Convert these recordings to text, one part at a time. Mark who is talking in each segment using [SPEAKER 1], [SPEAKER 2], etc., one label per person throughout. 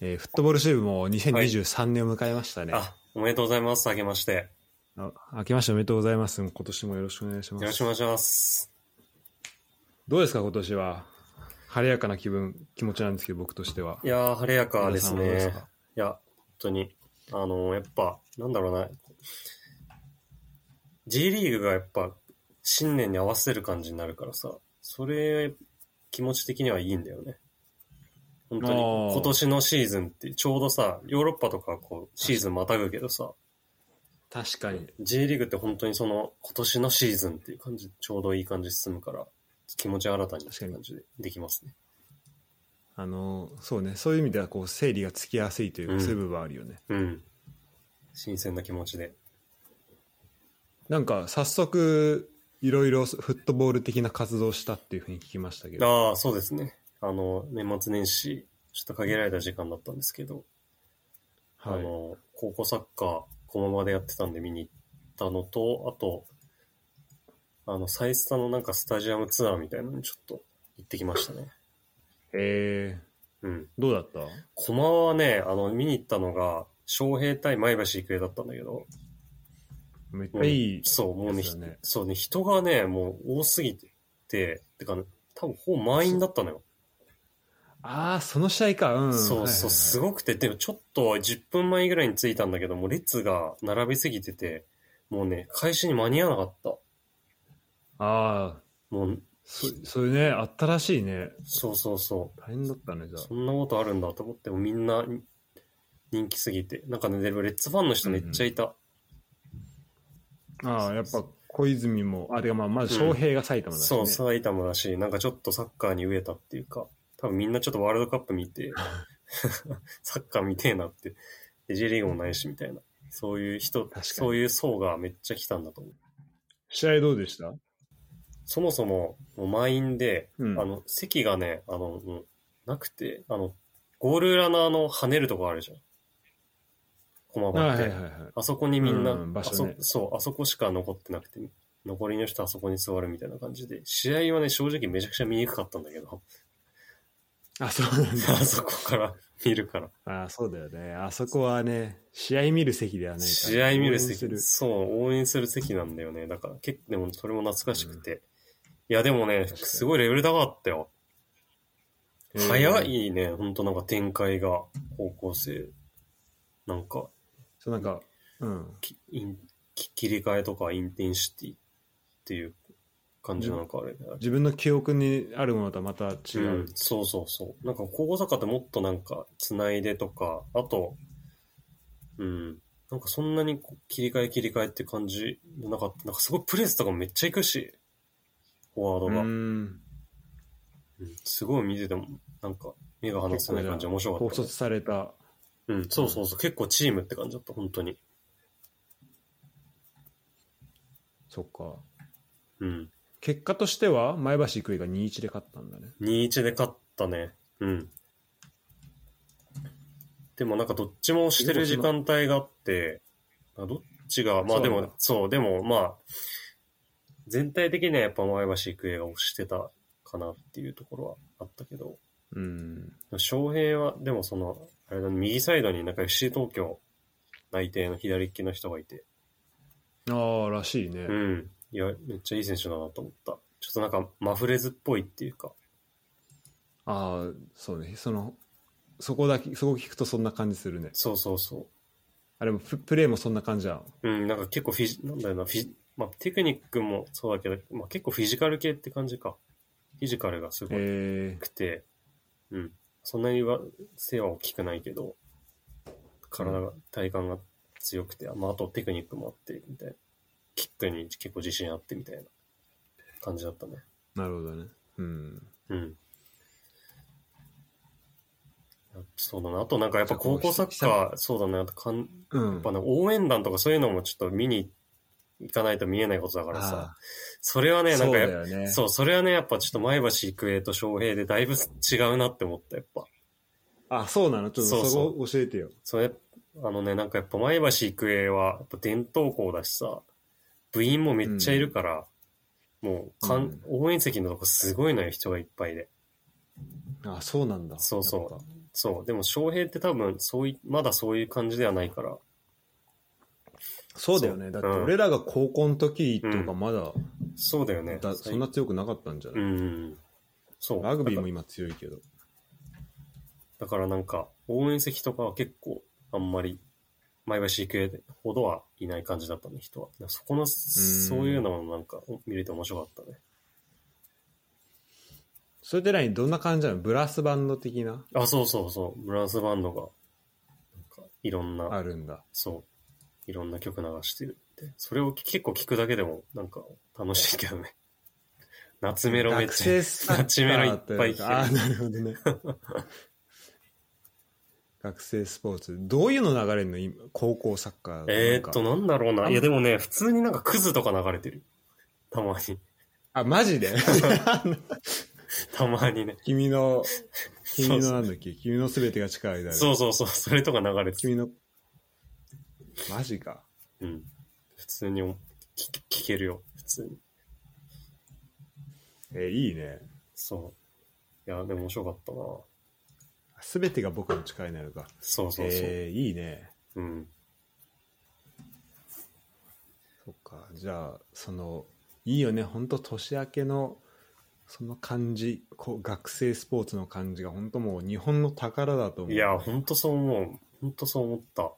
[SPEAKER 1] えーフットボール支部も2023年を迎えましたね。
[SPEAKER 2] あ、おめでとうございます。あけまして。
[SPEAKER 1] あ明けましておめでとうございます。今年もよろしくお願いしま
[SPEAKER 2] よろしく
[SPEAKER 1] す
[SPEAKER 2] お。願いします。
[SPEAKER 1] どうですか、今年は。晴れやかな気分、気持ちなんですけど、僕としては。
[SPEAKER 2] いやー、晴れやかです
[SPEAKER 1] 皆さんはどう
[SPEAKER 2] ね
[SPEAKER 1] で。すか
[SPEAKER 2] いや、本当に。あのー、やっぱ、なんだろうな。J リーグがやっぱ、新年に合わせる感じになるからさ、それ、気持ち的にはいいんだよね。本当
[SPEAKER 1] あ
[SPEAKER 2] に、
[SPEAKER 1] ー
[SPEAKER 2] 今年のシーズンって、ちょうどさ、ヨーロッパとかこう、シーズンまたぐけどさ、
[SPEAKER 1] 確かに。
[SPEAKER 2] J リーグって本当にその今年のシーズンっていう感じ、ちょうどいい感じで進むから、気持ち新たにって感じでできますね。
[SPEAKER 1] あの、そうね、そういう意味では、こう、整理がつきやすいという
[SPEAKER 2] う
[SPEAKER 1] か、
[SPEAKER 2] ん
[SPEAKER 1] そういう部分はあるよね。
[SPEAKER 2] うん。新鮮な気持ちで。
[SPEAKER 1] なんか、早速、いろいろフットボール的な活動をしたっていうふうに聞きましたけど。
[SPEAKER 2] ああ、そうですね。あの、年末年始、ちょっと限られた時間だったんですけど、
[SPEAKER 1] は
[SPEAKER 2] あ
[SPEAKER 1] い。
[SPEAKER 2] の、高校サッカー、駒場でやってたんで見に行ったのと、あと、あの、サイスタのなんかスタジアムツアーみたいなのにちょっと行ってきましたね。
[SPEAKER 1] え
[SPEAKER 2] うん。
[SPEAKER 1] ー、どうだった
[SPEAKER 2] 駒場はね、あの、見に行ったのが、昌平対前橋育英だったんだけど、
[SPEAKER 1] めっちゃいい。
[SPEAKER 2] そう、もうね
[SPEAKER 1] ですよね
[SPEAKER 2] ひそうね、人がね、もう多すぎてて、てか、ね、多分ほぼ満員だったのよ。
[SPEAKER 1] ああ、その試合か。うん。
[SPEAKER 2] そうそう、す
[SPEAKER 1] ご
[SPEAKER 2] ごくて、でもちょっと10分前ぐらいに着いたんだけど、もう列が並びすぎてて、もうね、開始に間に合わなかった。
[SPEAKER 1] ああ、
[SPEAKER 2] もう、
[SPEAKER 1] そそれね、あったらしいね。
[SPEAKER 2] そうそうそう。
[SPEAKER 1] 大変だったね、じゃあ
[SPEAKER 2] そ。んなことあるんだと思って、もうみんな人気すぎて。なんかね、でもレッツファンの人めっちゃいた。
[SPEAKER 1] ああ、やっぱ小泉も、あ、てかまあ、まず翔平が埼玉だし、ね
[SPEAKER 2] そう、埼玉だし、なんかちょっとサッカーに飢えたっていうか、多分みんなちょっとワールドカップ見て、 サッカー見てえなって、で J リーグもないしみたいな、そういう人
[SPEAKER 1] 確か、に
[SPEAKER 2] そういう層がめっちゃ来たんだと思う。
[SPEAKER 1] 試合どうでした
[SPEAKER 2] そもそも、もう満員で、
[SPEAKER 1] うん
[SPEAKER 2] あの、席がね、あの、もうなくて、あの、ゴール裏のあの、跳ねるとこあるじゃん。駒
[SPEAKER 1] ああ
[SPEAKER 2] 場っ
[SPEAKER 1] はい
[SPEAKER 2] て。
[SPEAKER 1] はいはい。
[SPEAKER 2] あそこにみんな、
[SPEAKER 1] うん場
[SPEAKER 2] あ
[SPEAKER 1] 所
[SPEAKER 2] そ
[SPEAKER 1] ね
[SPEAKER 2] そう、あそこしか残ってなくて、残りの人はあそこに座るみたいな感じで、試合はね、正直めちゃくちゃ見にくかったんだ けど、
[SPEAKER 1] あ、そうなんだ。
[SPEAKER 2] あそこから見るから。
[SPEAKER 1] ああ、そうだよね。あそこはね、試合見る席ではないから。
[SPEAKER 2] 試合見る
[SPEAKER 1] 応
[SPEAKER 2] 席、
[SPEAKER 1] 援す
[SPEAKER 2] そう、応援する席なんだよね。だから、結構、でもそれも懐かしくて。いや、でもね、
[SPEAKER 1] かに
[SPEAKER 2] すごいレベル高かったよ。
[SPEAKER 1] るえー
[SPEAKER 2] 早いね、ほんとなんか展開が、高校生。なんか、
[SPEAKER 1] そう、なんか、うん。
[SPEAKER 2] きインき切り替えとかインテンシティっていう感じなのか、あれ。
[SPEAKER 1] 自分の記憶にあるものとはまた違う。
[SPEAKER 2] うん、そうそうそう。なんか高校サッカーってもっとなんか、つないでとか、あと、うん、なんかそんなにこう切り替え切り替えって感じもなかった。なんかすごいプレスとかもめっちゃ行くし、フォワード
[SPEAKER 1] う
[SPEAKER 2] が。
[SPEAKER 1] ん。
[SPEAKER 2] うんすごい見てても、なんか目が離せない感じ面白か
[SPEAKER 1] 高
[SPEAKER 2] ったね、
[SPEAKER 1] 卒された。
[SPEAKER 2] うん、そうそうそう。結構チームって感じだった、本当に。
[SPEAKER 1] そっか。
[SPEAKER 2] うん。
[SPEAKER 1] 結果としては、前橋育英が2-1で勝ったんだね。
[SPEAKER 2] 2-1で勝ったね。うん。でもなんかどっちもしてる時間帯があって、あどっちが、まあ
[SPEAKER 1] そう
[SPEAKER 2] で
[SPEAKER 1] なん
[SPEAKER 2] も
[SPEAKER 1] だ、
[SPEAKER 2] そう、でもまあ、全体的にはやっぱ前橋育英が推してたかなっていうところはあったけど、
[SPEAKER 1] うん。
[SPEAKER 2] 翔平は、でもその、あれだね右サイドになんか FC 東京内定の左利きの人がいて、
[SPEAKER 1] ああ、らしいね。
[SPEAKER 2] うん。いや、めっちゃいい選手だなと思った。ちょっとなんかマフレズっぽいっていうか、
[SPEAKER 1] ああ、そうね。その、そこだけ、そこ聞くとそんな感じするね。
[SPEAKER 2] そうそうそう。
[SPEAKER 1] あれもププレーもそんな感じじゃん。
[SPEAKER 2] うん、なんか結構フィジ、なんだよな、フィジ、まあテクニックもそうだけど、まあ結構フィジカル系って感じか。フィジカルがすご
[SPEAKER 1] え
[SPEAKER 2] くて、うん。そんなには背は大きくないけど、体が、体幹が強くて、まああとテクニックもあって、みたいな。キックに結構自信あってみたいな感じだったね。
[SPEAKER 1] ー、なるほどね。うん。
[SPEAKER 2] うん。そうだな。あとなんかやっぱ高校サッカー、そうだね。あとかんや
[SPEAKER 1] うん。
[SPEAKER 2] っぱね、応援団とかそういうのもちょっと見に行かないと見えないことだからさ
[SPEAKER 1] あ。
[SPEAKER 2] それは
[SPEAKER 1] ー
[SPEAKER 2] ね、な
[SPEAKER 1] そ
[SPEAKER 2] ん
[SPEAKER 1] う
[SPEAKER 2] か
[SPEAKER 1] だ
[SPEAKER 2] や
[SPEAKER 1] よね。
[SPEAKER 2] そう、それはね、やっぱちょっと前橋育英と翔平でだいぶ違うなって思った、やっぱ。
[SPEAKER 1] あ、そうなのちょっ
[SPEAKER 2] そう
[SPEAKER 1] と
[SPEAKER 2] そう
[SPEAKER 1] そこ教えてよ。
[SPEAKER 2] それ、あのね、なんかやっぱ前橋育英は、やっぱ伝統校だしさ、部員もめっちゃいるから、もうかん、
[SPEAKER 1] うん
[SPEAKER 2] 応援席のとこすごいのよ、人がいっぱいで。
[SPEAKER 1] あ、そうなんだ。
[SPEAKER 2] そうそう
[SPEAKER 1] やっぱ
[SPEAKER 2] そう。でも翔平って多分、そうい、まだそういう感じではないから。
[SPEAKER 1] そうだよね。
[SPEAKER 2] そ
[SPEAKER 1] だっ
[SPEAKER 2] う
[SPEAKER 1] て俺らが高校の時とかまだ、
[SPEAKER 2] そうだよね。
[SPEAKER 1] だそんな強くなかったんじゃ
[SPEAKER 2] う
[SPEAKER 1] ない、
[SPEAKER 2] ん。そう。
[SPEAKER 1] ラグビー
[SPEAKER 2] だか
[SPEAKER 1] も今強いけど。
[SPEAKER 2] だからなんか、応援席とかは結構、あんまり、前橋育英ほどはいない感じだったね、人は。だからそこの、そういうのもなんか、お見れて面白かったね。
[SPEAKER 1] それでらにどんな感じなのブラスバンド的な
[SPEAKER 2] あ、そうそうそう。ブラスバンドが、なんか、いろんな、
[SPEAKER 1] あるんだ。
[SPEAKER 2] そう、いろんな曲流してるって。それを結構聞くだけでも、なんか、楽しいけどね。 夏メロめっ
[SPEAKER 1] 学
[SPEAKER 2] ち
[SPEAKER 1] 生
[SPEAKER 2] ゃ
[SPEAKER 1] サッカ
[SPEAKER 2] ナチメロい
[SPEAKER 1] ー
[SPEAKER 2] っぱい聞ける
[SPEAKER 1] ああー、なるほどね。 学生スポーツ。どういうの流れるの今、高校サッカー。
[SPEAKER 2] えー、っと、
[SPEAKER 1] なんか
[SPEAKER 2] なんだろう
[SPEAKER 1] あ
[SPEAKER 2] な。
[SPEAKER 1] ん
[SPEAKER 2] いや、でもね、普通になんかクズとか流れてる。たまに。
[SPEAKER 1] あ、マジ で
[SPEAKER 2] たまにね。
[SPEAKER 1] 君の、君
[SPEAKER 2] そうそ
[SPEAKER 1] の
[SPEAKER 2] う
[SPEAKER 1] なんだっけ君のすべてが近い間
[SPEAKER 2] そうそうそう。それとか流れてる。
[SPEAKER 1] 君の、マジか。
[SPEAKER 2] うん。普通にお聞聞けるよ。普通に。
[SPEAKER 1] えーいいね。
[SPEAKER 2] そう。いや、でも面白かったな。
[SPEAKER 1] すべてが僕の近いなのか。
[SPEAKER 2] そうそうそう。
[SPEAKER 1] えーいいね。
[SPEAKER 2] うん。
[SPEAKER 1] そっか。じゃあ、その、いいよね。本当年明けの、その感じ、こう学生スポーツの感じが本当もう日本の宝だと思う。
[SPEAKER 2] いや、ほんとそう思う。ほんとそう思った。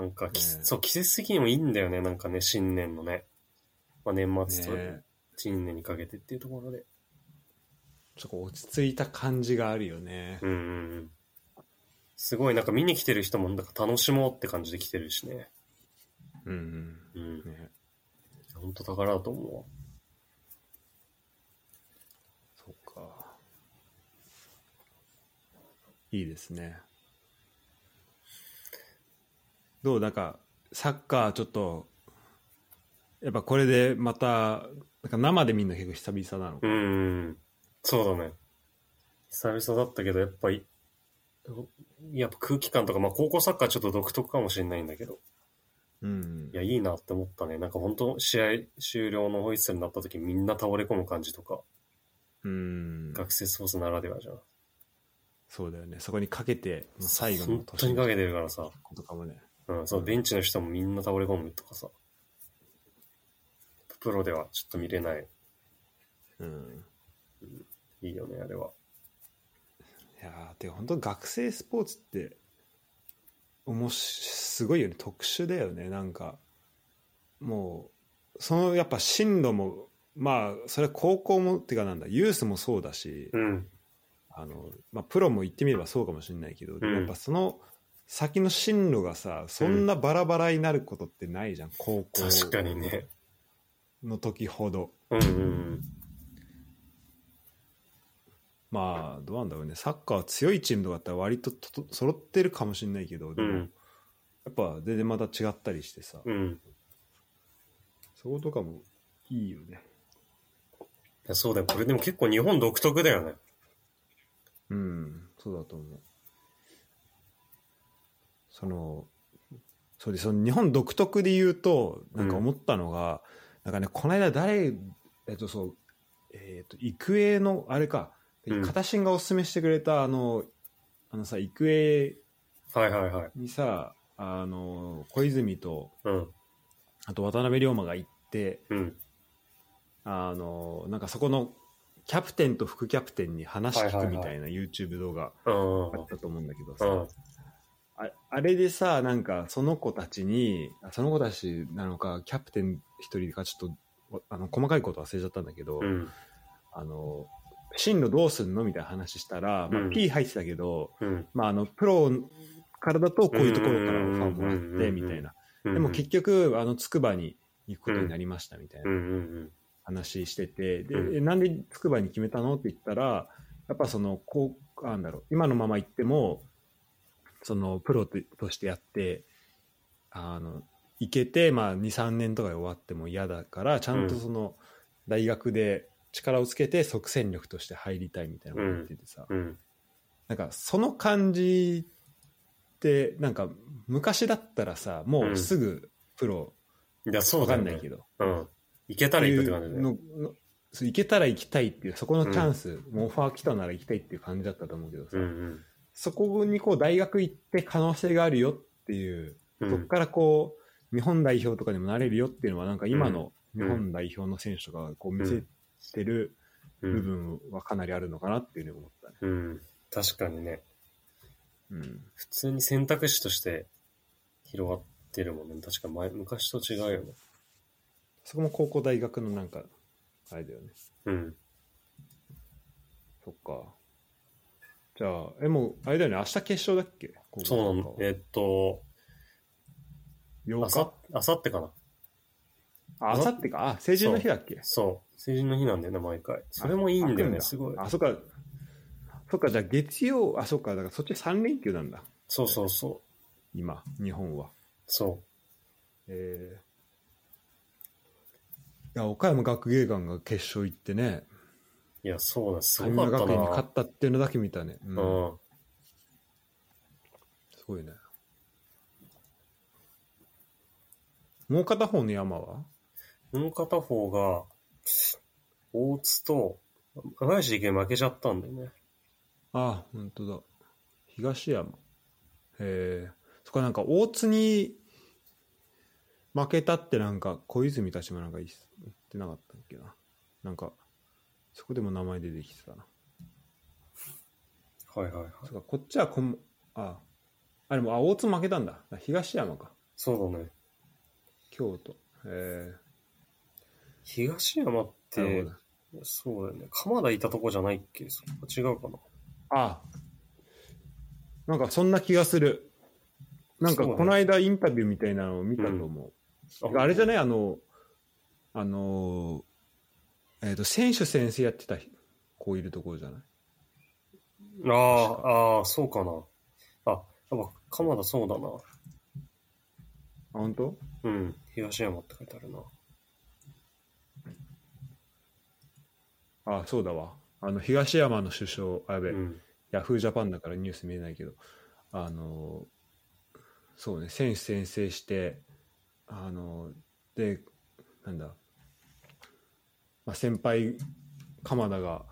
[SPEAKER 2] なんか、き
[SPEAKER 1] ね
[SPEAKER 2] そう、季節的にもいいんだよね。なんかね、新年のね。まあ、年末と
[SPEAKER 1] ね、
[SPEAKER 2] 新年にかけてっていうところで。
[SPEAKER 1] ちょっと落ち着いた感じがあるよね。
[SPEAKER 2] うんうんうん。すごい、なんか見に来てる人も、なんか楽しもうって感じで来てるしね。
[SPEAKER 1] うん、
[SPEAKER 2] うん
[SPEAKER 1] う。ん。ね。
[SPEAKER 2] ほんと宝だと思うわ。
[SPEAKER 1] そっか。いいですね。どうなんか、サッカーちょっと、やっぱこれでまた、なんか生で見るの結構久々なの。
[SPEAKER 2] うんうんうん。そうだね。久々だったけど、やっぱり、やっぱ空気感とか、まあ高校サッカーちょっと独特かもしれないんだけど、
[SPEAKER 1] うん
[SPEAKER 2] い。や、いいなって思ったね。なんか本当試合終了のホイッスルになった時みんな倒れ込む感じとか、
[SPEAKER 1] うん。
[SPEAKER 2] 学生スポーツならではじゃん。
[SPEAKER 1] そうだよね。そこにかけて、もう最後の
[SPEAKER 2] 本当にかけてるからさ、
[SPEAKER 1] とかもね。
[SPEAKER 2] うん、そう、ベンチの人もみんな倒れ込むとかさ、プロではちょっと見れない。
[SPEAKER 1] うん。
[SPEAKER 2] いいよね、あれは。
[SPEAKER 1] いやーてか本当学生スポーツって、おもし、すごいよね。特殊だよね。なんか、もう、そのやっぱ進路も、まあ、それは高校も、てかなんだ、ユースもそうだし、
[SPEAKER 2] うん、
[SPEAKER 1] あの、まあ、プロも言ってみればそうかもしれないけど、でもやっぱその先の進路がさ、そんなバラバラになることってないじゃん、高校
[SPEAKER 2] 確かにね。
[SPEAKER 1] の時ほど。
[SPEAKER 2] うんうんうん。
[SPEAKER 1] まあどうなんだろうねサッカーは強いチームとかだったら割ととと揃ってるかもしれないけどでも、
[SPEAKER 2] うん
[SPEAKER 1] やっぱ全然また違ったりしてさ、
[SPEAKER 2] うん。
[SPEAKER 1] そことかもいいよね
[SPEAKER 2] いやそうだよ。これでも結構日本独特だよね。
[SPEAKER 1] うんそうだと思うそのそうでその日本独特で言うとなんか思ったのが、なんかねこの間誰えっとそうえっと育英のあれか
[SPEAKER 2] うん
[SPEAKER 1] 片新がおすすめしてくれたあのあのさ育英
[SPEAKER 2] はいはいはい。
[SPEAKER 1] にさあの小泉と
[SPEAKER 2] うん。
[SPEAKER 1] あと渡辺龍馬が行って
[SPEAKER 2] うん。
[SPEAKER 1] あのなんかそこのキャプテンと副キャプテンに話聞くみたいな YouTube 動画
[SPEAKER 2] うん。
[SPEAKER 1] あったと思うんだけど
[SPEAKER 2] う
[SPEAKER 1] さ、
[SPEAKER 2] ん。
[SPEAKER 1] ああれでさなんかその子たちにあその子たちなのかキャプテン一人かちょっとわあの細かいこと忘れちゃったんだけど、
[SPEAKER 2] うん。
[SPEAKER 1] あの進路どうすんのみたいな話したら、まあ
[SPEAKER 2] うん
[SPEAKER 1] P 入ってたけど、
[SPEAKER 2] うん。
[SPEAKER 1] まあ、あのプロからだとこういうところからオファーもら
[SPEAKER 2] うんうん
[SPEAKER 1] っ
[SPEAKER 2] うんうんう
[SPEAKER 1] て
[SPEAKER 2] ん
[SPEAKER 1] みたいな
[SPEAKER 2] うん。
[SPEAKER 1] でも結局あの筑波に行くことになりましたみたいな
[SPEAKER 2] うんうん
[SPEAKER 1] 話してて、で
[SPEAKER 2] うん
[SPEAKER 1] えなんでつくばに決めたのって言ったらやっぱそのこうなんだろう今のまま行ってもそのプロととしてやってあの行けて、まあ、23年とかで終わっても嫌だからちゃんとその大学で力をつけて即戦力として入りたいみたいなこと言っててさ、
[SPEAKER 2] うん。うん。
[SPEAKER 1] なんかその感じってなんか昔だったらさもうすぐプロ
[SPEAKER 2] いや、そ
[SPEAKER 1] わ
[SPEAKER 2] うだ
[SPEAKER 1] か
[SPEAKER 2] よ
[SPEAKER 1] んない
[SPEAKER 2] ね
[SPEAKER 1] け。ど、
[SPEAKER 2] うん。いけたらいくって感じだよね。
[SPEAKER 1] ののそう行けたら行きたいっていうそこのチャンス、もうオファー来たなら行きたいっていう感じだったと思うけどさ、
[SPEAKER 2] うんうん。
[SPEAKER 1] そこにこう大学行って可能性があるよっていう、
[SPEAKER 2] う
[SPEAKER 1] そこ
[SPEAKER 2] ん。
[SPEAKER 1] からこう、日本代表とかにもなれるよっていうのは、なんか今の日本代表の選手とかがこう見せてる
[SPEAKER 2] う
[SPEAKER 1] 部
[SPEAKER 2] ん。
[SPEAKER 1] 分はかなりあるのかなっていうふうに思ったね。
[SPEAKER 2] うん。確かにね。
[SPEAKER 1] うん。
[SPEAKER 2] 普通に選択肢として広がってるもんね。確か前、昔と違うよね。
[SPEAKER 1] そこも高校、大学のなんか、あれだよね。
[SPEAKER 2] うん。
[SPEAKER 1] そっか。じゃあ、え、もう、あれだよね、明日決勝だっけ
[SPEAKER 2] そうなんだ。えっと、
[SPEAKER 1] 8
[SPEAKER 2] あ
[SPEAKER 1] 日
[SPEAKER 2] さ、あさってかな。
[SPEAKER 1] あ、明後日か。あ、成人の日だっけ
[SPEAKER 2] そう。成人の日なんだよね、毎回。それもいいんだよね、
[SPEAKER 1] あ
[SPEAKER 2] すごい。
[SPEAKER 1] あ、そっか。そっか、じゃあ月曜、あ、そっか、だからそっち3連休なんだ。
[SPEAKER 2] そうそうそう。
[SPEAKER 1] 今、日本は。
[SPEAKER 2] そ
[SPEAKER 1] えーいや岡山学芸館が決勝行ってね、
[SPEAKER 2] う。いや、そうだ、す
[SPEAKER 1] 神
[SPEAKER 2] ご
[SPEAKER 1] 村
[SPEAKER 2] かった
[SPEAKER 1] 学園に勝
[SPEAKER 2] な
[SPEAKER 1] っ。たっていうのだけ見たね。うん
[SPEAKER 2] うん。
[SPEAKER 1] すごいね。もう片方の山は
[SPEAKER 2] もう片方が、大津と、赤林池負けちゃったんだよね。
[SPEAKER 1] ああ、本当だ。東山。へえ。そっか、なんか大津に負けたってなんか、小泉たちもなんか言ってなかったっけな。なんか、そこでも名前出てきてたな。
[SPEAKER 2] はいはいはい。
[SPEAKER 1] そっか、こっちはこん、ああ、あれも、あ、大津負けたんだ。東山か。
[SPEAKER 2] そうだね。
[SPEAKER 1] 京都。へ
[SPEAKER 2] 東山っ
[SPEAKER 1] え。なる
[SPEAKER 2] て
[SPEAKER 1] ほ、ど
[SPEAKER 2] そうだよね。鎌田いたとこじゃないっけそこ違うかな。
[SPEAKER 1] あなんかそんな気がする。なんか
[SPEAKER 2] そうね
[SPEAKER 1] この間インタビューみたいなのを見たと思う。あれじゃないあの、あのー、えっ、と、選手先生やってた子いるところじゃない
[SPEAKER 2] あ
[SPEAKER 1] 確
[SPEAKER 2] あ、ああ、そうかな。あ、やっぱ鎌田そうだな。
[SPEAKER 1] あ、本当
[SPEAKER 2] うん。東山って書いてあるな。
[SPEAKER 1] あ、そうだわ。あの、東山の首相、あ、やべ、
[SPEAKER 2] うん。
[SPEAKER 1] ヤフージャパンだからニュース見えないけど、あのー、そうね、選手先生して、あのー、で、なんだ、まあ、先輩、鎌田が、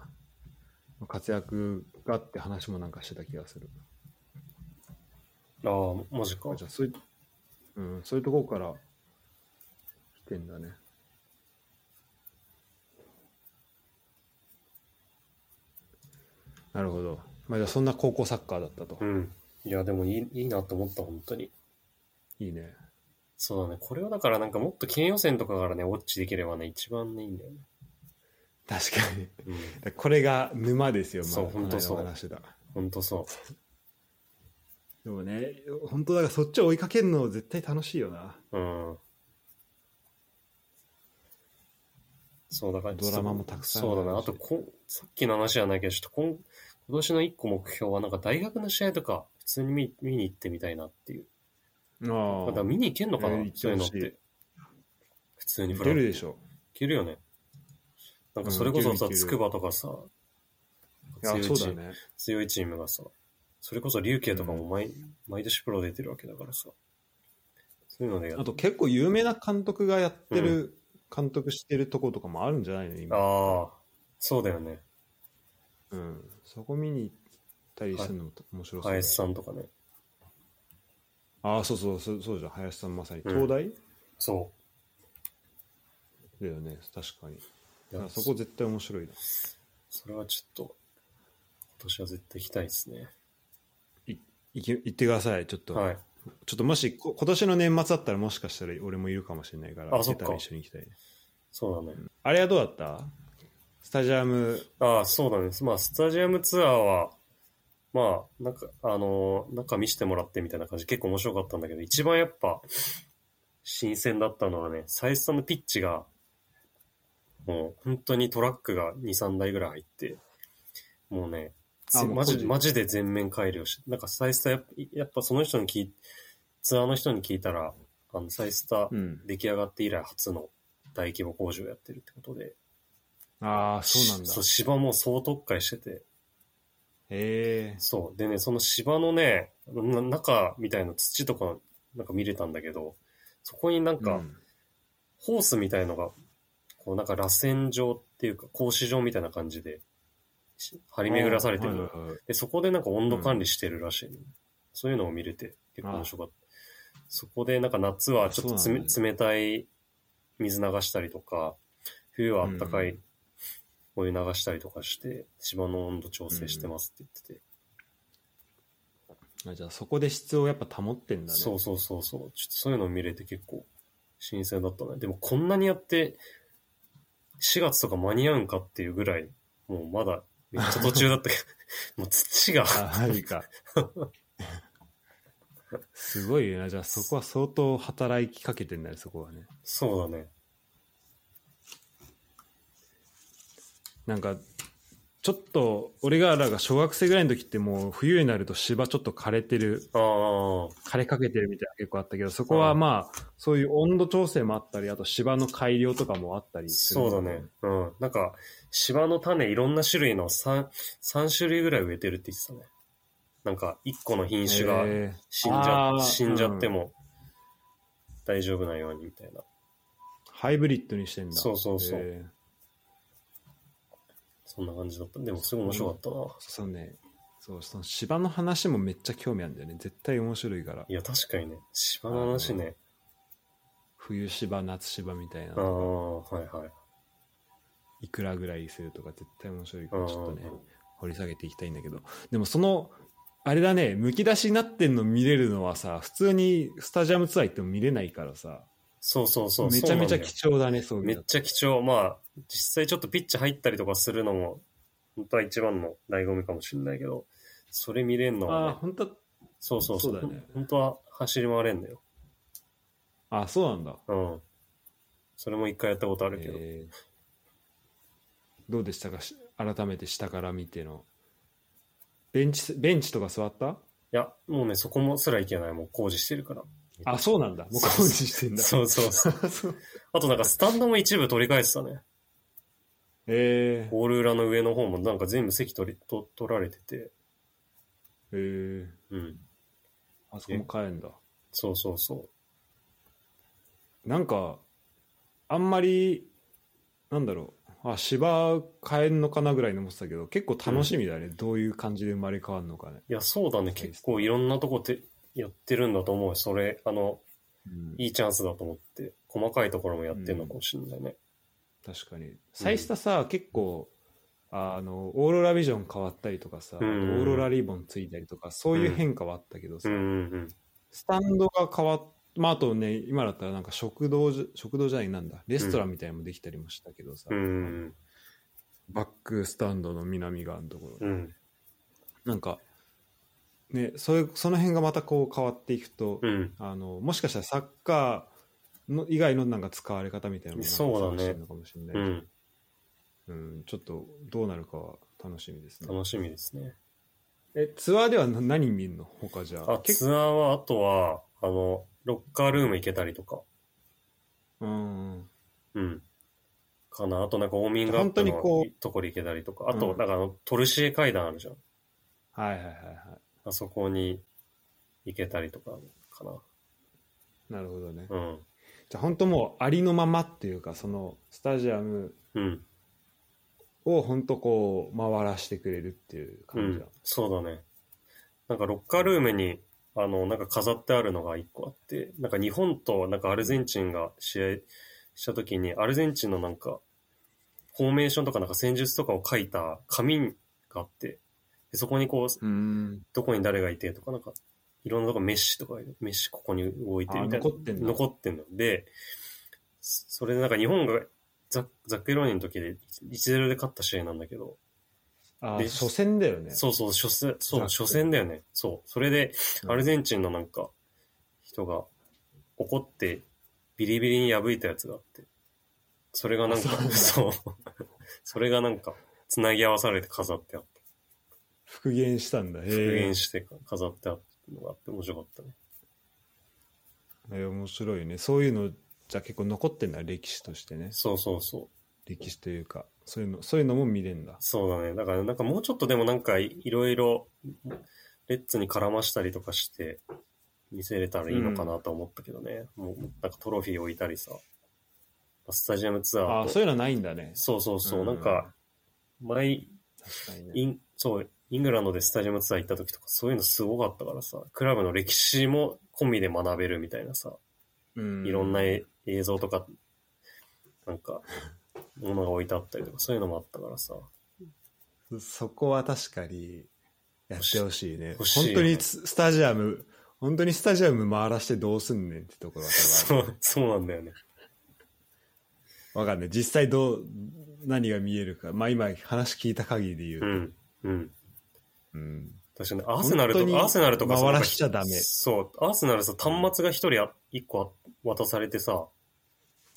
[SPEAKER 1] 活躍がって話もなんかしてた気がする。
[SPEAKER 2] ああ、マジか
[SPEAKER 1] あ。じゃあそうい、うん、そういうところから来てんだね。なるほど。まあ、じゃあそんな高校サッカーだったと
[SPEAKER 2] う。ん。いや、でもいいいいなと思った、本当に。
[SPEAKER 1] いいね。
[SPEAKER 2] そうだね。これはだからなんかもっと県予選とかからね、ウォッチできればね、一番ね、いいんだよね。
[SPEAKER 1] 確かに。
[SPEAKER 2] うん。
[SPEAKER 1] でこれが沼ですよ、
[SPEAKER 2] そうほんとそう
[SPEAKER 1] この間の話だ。
[SPEAKER 2] ほんとそう。
[SPEAKER 1] でもね、本当だからそっちを追いかけるの絶対楽しいよな。
[SPEAKER 2] うんそうだから
[SPEAKER 1] ドラマもたくさんある
[SPEAKER 2] そう
[SPEAKER 1] し
[SPEAKER 2] だな。あとこ、さっきの話じゃないけど、ちょっと今今年の一個目標は、なんか大学の試合とか、普通に見見に行ってみたいなっていう。
[SPEAKER 1] あ
[SPEAKER 2] まだ見に行けんのかな、
[SPEAKER 1] えー行って
[SPEAKER 2] そういうのっ。
[SPEAKER 1] ほして
[SPEAKER 2] 普通にフラ
[SPEAKER 1] 出
[SPEAKER 2] ッグ
[SPEAKER 1] る
[SPEAKER 2] 行
[SPEAKER 1] でしょ。
[SPEAKER 2] けるよね。なんかそれこ
[SPEAKER 1] う
[SPEAKER 2] そ
[SPEAKER 1] ん行ける
[SPEAKER 2] さ、
[SPEAKER 1] 行ける
[SPEAKER 2] 筑波とかさ、
[SPEAKER 1] いや
[SPEAKER 2] 強い、チ
[SPEAKER 1] そう
[SPEAKER 2] ー
[SPEAKER 1] だ
[SPEAKER 2] ム、
[SPEAKER 1] ね。
[SPEAKER 2] 強いチームがさ、それこそ琉球とかも毎,、毎年プロ出てるわけだからさ。そういうのでやっ
[SPEAKER 1] あと結構有名な監督がやってる、監督してるとことかもあるんじゃないの今。
[SPEAKER 2] ああ、そうだよね。
[SPEAKER 1] うん、そこ見に行ったりするのも面白そうだね、
[SPEAKER 2] 林さんとかね。
[SPEAKER 1] ああそうそうそうそうじゃん林さんまさに
[SPEAKER 2] うん
[SPEAKER 1] 東大、
[SPEAKER 2] そ
[SPEAKER 1] だよね確かに
[SPEAKER 2] う。いや
[SPEAKER 1] そこ絶対面白いな
[SPEAKER 2] それはちょっと、今年は絶対行きたいですね。
[SPEAKER 1] 行け行ってくださいちょっと、
[SPEAKER 2] はい。
[SPEAKER 1] ちょっともしこ今年の年末だったらもしかしたら俺もいるかもしれないから
[SPEAKER 2] あそっ
[SPEAKER 1] 行
[SPEAKER 2] か
[SPEAKER 1] けたら一緒に行きたいね
[SPEAKER 2] そうだね。
[SPEAKER 1] あれはどうだったスタジアム
[SPEAKER 2] ああ、そうだね。まあ、スタジアムツアーは、まあ、なんか、あのー中見せてもらってみたいな感じ、結構面白かったんだけど、一番やっぱ、新鮮だったのはね、最初のピッチが、もう、本当にトラックが2、3台ぐらい入って、もうね、
[SPEAKER 1] あ
[SPEAKER 2] ぜ
[SPEAKER 1] もう
[SPEAKER 2] マジ
[SPEAKER 1] 工
[SPEAKER 2] で、
[SPEAKER 1] 事
[SPEAKER 2] マジで全面改良して、なんか、サイスターやっぱ、やっぱその人に聞い、ツアーの人に聞いたら、あの、サイスター、
[SPEAKER 1] うん
[SPEAKER 2] 出来上がって以来初の大規模工事をやってるってことで、
[SPEAKER 1] ああそうなんだ
[SPEAKER 2] そう芝も総特化してて、
[SPEAKER 1] へえ
[SPEAKER 2] そう。でね、その芝のね、な中みたいな土とか、なんか見れたんだけど、そこになん
[SPEAKER 1] う
[SPEAKER 2] か、
[SPEAKER 1] ん
[SPEAKER 2] ホースみたいのが、こうなんか螺旋状っていうか、格子状みたいな感じで、し張り巡らされてるの。
[SPEAKER 1] はいはいはい
[SPEAKER 2] で、そこでなんか温度管理してるらしいの、そういうのを見れて、結構面白かった。そこでなんか夏はちょっとつめ、
[SPEAKER 1] あそ
[SPEAKER 2] 冷たい水流したりとか、冬はあったか
[SPEAKER 1] う
[SPEAKER 2] い
[SPEAKER 1] ん
[SPEAKER 2] お湯流したりとかして、芝の温度調整してますって言ってて。
[SPEAKER 1] あじゃあそこで質をやっぱ保ってんだね。
[SPEAKER 2] そうそうそうそう。ちょっとそういうのを見れて結構新鮮だったね。でもこんなにやって、4月とか間に合うんかっていうぐらい、もうまだめっちゃ途中だ ったけど、もう土が、
[SPEAKER 1] あマジか。すごいよな。じゃあそこは相当働きかけてんだね、そこはね。
[SPEAKER 2] そうだね。
[SPEAKER 1] なんか、ちょっと、俺がらが小学生ぐらいの時ってもう冬になると芝ちょっと枯れてる、
[SPEAKER 2] ああ、
[SPEAKER 1] 枯れかけてるみたいなの結構あったけど、そこは
[SPEAKER 2] うん
[SPEAKER 1] まあ、そういう温度調整もあったり、あと芝の改良とかもあったりする
[SPEAKER 2] そうだね。。うん。なんか、芝の種いろんな種類の3、三種類ぐらい植えてるって言ってたね。なんか、1個の品種が
[SPEAKER 1] へえ
[SPEAKER 2] 死んじゃ,、
[SPEAKER 1] あー
[SPEAKER 2] 死んじゃって
[SPEAKER 1] うん
[SPEAKER 2] も大丈夫なようにみたいな。
[SPEAKER 1] ハイブリッドにしてんだ。
[SPEAKER 2] そうそうそう
[SPEAKER 1] へえ
[SPEAKER 2] そんな感じだった。でも、すごい面白かったな。
[SPEAKER 1] そうね。そう、その芝の話もめっちゃ興味あるんだよね。絶対面白いから。
[SPEAKER 2] いや、確かにね。芝の話ね。
[SPEAKER 1] 冬芝、夏芝みたいな
[SPEAKER 2] あ。あ、はいはい。
[SPEAKER 1] いくらぐらいするとか絶対面白いか
[SPEAKER 2] うん
[SPEAKER 1] らちょっとね掘り下げていきたいんだけどでもそのあれだねむき出しになってんの見れるのはさ普通にスタジアムツアー行っても見れないからさ
[SPEAKER 2] そうそうそう。
[SPEAKER 1] めちゃめちゃ
[SPEAKER 2] そうなんだよ
[SPEAKER 1] 貴重だねそう
[SPEAKER 2] め
[SPEAKER 1] いう
[SPEAKER 2] っ
[SPEAKER 1] の
[SPEAKER 2] ちゃ貴重。まあ、実際ちょっとピッチ入ったりとかするのも、本当は一番の醍醐味かもしれないけど、それ見れんのは、
[SPEAKER 1] あ
[SPEAKER 2] ね
[SPEAKER 1] あ、本当
[SPEAKER 2] そうそう
[SPEAKER 1] そ
[SPEAKER 2] そう。
[SPEAKER 1] うだよね
[SPEAKER 2] 本当は走り回れんだよ。
[SPEAKER 1] あそうなんだ
[SPEAKER 2] うん。それも一回やったことあるけど。
[SPEAKER 1] えーどうでしたかし改めて下から見てのベンチベンチとか座った
[SPEAKER 2] いや、もうね、そこもすらいけない。もう工事してるから。
[SPEAKER 1] あそうなんだもう工事してんだ
[SPEAKER 2] そうそうそ う。
[SPEAKER 1] そう
[SPEAKER 2] あとなんかスタンドも一部取り返してたね。
[SPEAKER 1] えー
[SPEAKER 2] ゴール裏の上の方もなんか全部席取り、と取られてて。
[SPEAKER 1] えー
[SPEAKER 2] うん。
[SPEAKER 1] あそこも買えんだ
[SPEAKER 2] そうそうそ
[SPEAKER 1] なんかあんまりなんだろうあ芝変えんのかなぐらいに思ってたけど結構楽しみだね、どういう感じで生まれ変わるのかね、
[SPEAKER 2] う。いや、そうだね。結構いろんなとこでやってるんだと思うよ。それ、あの、いいチャンスだと思って、細かいところもやってるのかもしれないね。
[SPEAKER 1] 確かに最下さ、結構あのオーロラビジョン変わったりとかさ、
[SPEAKER 2] うん
[SPEAKER 1] オーロラリボンついたりとかそういう変化はあったけど
[SPEAKER 2] う
[SPEAKER 1] さ、
[SPEAKER 2] んうんうん。
[SPEAKER 1] スタンドが変わっまあ、あとね今だったらなんか食堂じ食堂じゃないなんだレストランみたいなのもできたりもしたけどさ、
[SPEAKER 2] うんうん
[SPEAKER 1] バックスタンドの南側のところ、
[SPEAKER 2] うん。うん。
[SPEAKER 1] なんか、ね、それその辺がまたこう変わっていくと、
[SPEAKER 2] うん。
[SPEAKER 1] あのもしかしたらサッカーの以外のなんか使われ方みたいなのも
[SPEAKER 2] そう
[SPEAKER 1] な
[SPEAKER 2] だね
[SPEAKER 1] んか探してるのかもしれない、
[SPEAKER 2] うん。
[SPEAKER 1] うんちょっとどうなるかは楽しみですね
[SPEAKER 2] 楽しみですね。
[SPEAKER 1] えツアーではな何見るの他じゃ
[SPEAKER 2] あ、
[SPEAKER 1] 結
[SPEAKER 2] ツアーは、あとは、あの、ロッカールーム行けたりとか、
[SPEAKER 1] うん
[SPEAKER 2] うん。かな。あとなんか、ウォーミングアッ
[SPEAKER 1] 本
[SPEAKER 2] プ
[SPEAKER 1] 当にこ
[SPEAKER 2] の
[SPEAKER 1] う
[SPEAKER 2] ところ行けたりとか、あと、
[SPEAKER 1] うん
[SPEAKER 2] なんかあの、トルシエ階段あるじゃん。
[SPEAKER 1] はいはいはいは
[SPEAKER 2] あそこに行けたりとか、かな。
[SPEAKER 1] いなるほどね、
[SPEAKER 2] うん。
[SPEAKER 1] じゃあ本当もうありのままっていうかそのスタジアム
[SPEAKER 2] うん。
[SPEAKER 1] を本当こう回らしてくれるっていう
[SPEAKER 2] う
[SPEAKER 1] 感じだ
[SPEAKER 2] ん、。そうだね。なんか、ロッカールームに、あの、なんか飾ってあるのが一個あって、なんか日本となんかアルゼンチンが試合した時に、アルゼンチンのなんか、フォーメーションとかなんか戦術とかを書いた紙があって、でそこにこう、
[SPEAKER 1] うん
[SPEAKER 2] どこに誰がいてとか、なんか、いろんなとこメッシとか、メッシここに動いて
[SPEAKER 1] あ
[SPEAKER 2] みたいな。
[SPEAKER 1] 残ってんだ
[SPEAKER 2] 残ってんの。で、そそれでなんか日本がザックザックエローニの時で1-0で勝った試合なんだけど、
[SPEAKER 1] あ
[SPEAKER 2] で
[SPEAKER 1] 初戦だよね
[SPEAKER 2] そうそう、初戦、そう、
[SPEAKER 1] ザック
[SPEAKER 2] 初戦だよね。そう。それで、アルゼンチンのなんか、人が怒って、ビリビリに破いたやつがあって、それがなんか
[SPEAKER 1] あそうなん、だ
[SPEAKER 2] そう。 それがなんか、繋ぎ合わされて飾ってあった。
[SPEAKER 1] 復元したんだへえ
[SPEAKER 2] 復元して飾ってあったのがあって面白かったね。
[SPEAKER 1] えー面白いねそういうのじゃ結構残ってんだ歴史としてね
[SPEAKER 2] そうそうそう。
[SPEAKER 1] 歴史というかそういうのそういうのも見れんだ
[SPEAKER 2] そうだね。だから、なんかもうちょっとでもなんかいいろいろ、レッツに絡ましたりとかして、見せれたらいいのかなと思ったけどね。もう、なんかトロフィー置いたりさ、スタジアムツア
[SPEAKER 1] あ
[SPEAKER 2] ー
[SPEAKER 1] あ
[SPEAKER 2] と。
[SPEAKER 1] そういうのはないんだね
[SPEAKER 2] そうそうそう。
[SPEAKER 1] うん
[SPEAKER 2] なんか、毎
[SPEAKER 1] 確かに
[SPEAKER 2] イ
[SPEAKER 1] ね。
[SPEAKER 2] ン、そう、イングランドでスタジアムツアー行った時とか、そういうのすごかったからさ、クラブの歴史も込みで学べるみたいなさ、
[SPEAKER 1] うん
[SPEAKER 2] いろんなえ映像とか、なんか、ものが置いてあったりとか、そういうのもあったからさ、
[SPEAKER 1] そこは確かにやってほしいね。
[SPEAKER 2] 欲し
[SPEAKER 1] 本
[SPEAKER 2] い
[SPEAKER 1] 当にススタジアム、本当にスタジアム回らしてどうすんねんってところは多分
[SPEAKER 2] そう、そうなんだよね。
[SPEAKER 1] あるわかんない。実際どう、何が見えるか。まあ今話聞いた限りで言う
[SPEAKER 2] う
[SPEAKER 1] と。
[SPEAKER 2] ん、うん。
[SPEAKER 1] うん。
[SPEAKER 2] 確かに、アーセナルと
[SPEAKER 1] 本当に
[SPEAKER 2] か、アーセナルとかさ
[SPEAKER 1] 回らしちゃダメ
[SPEAKER 2] そう、アーセナルさ、端末が一人あ一個あ渡されてさ、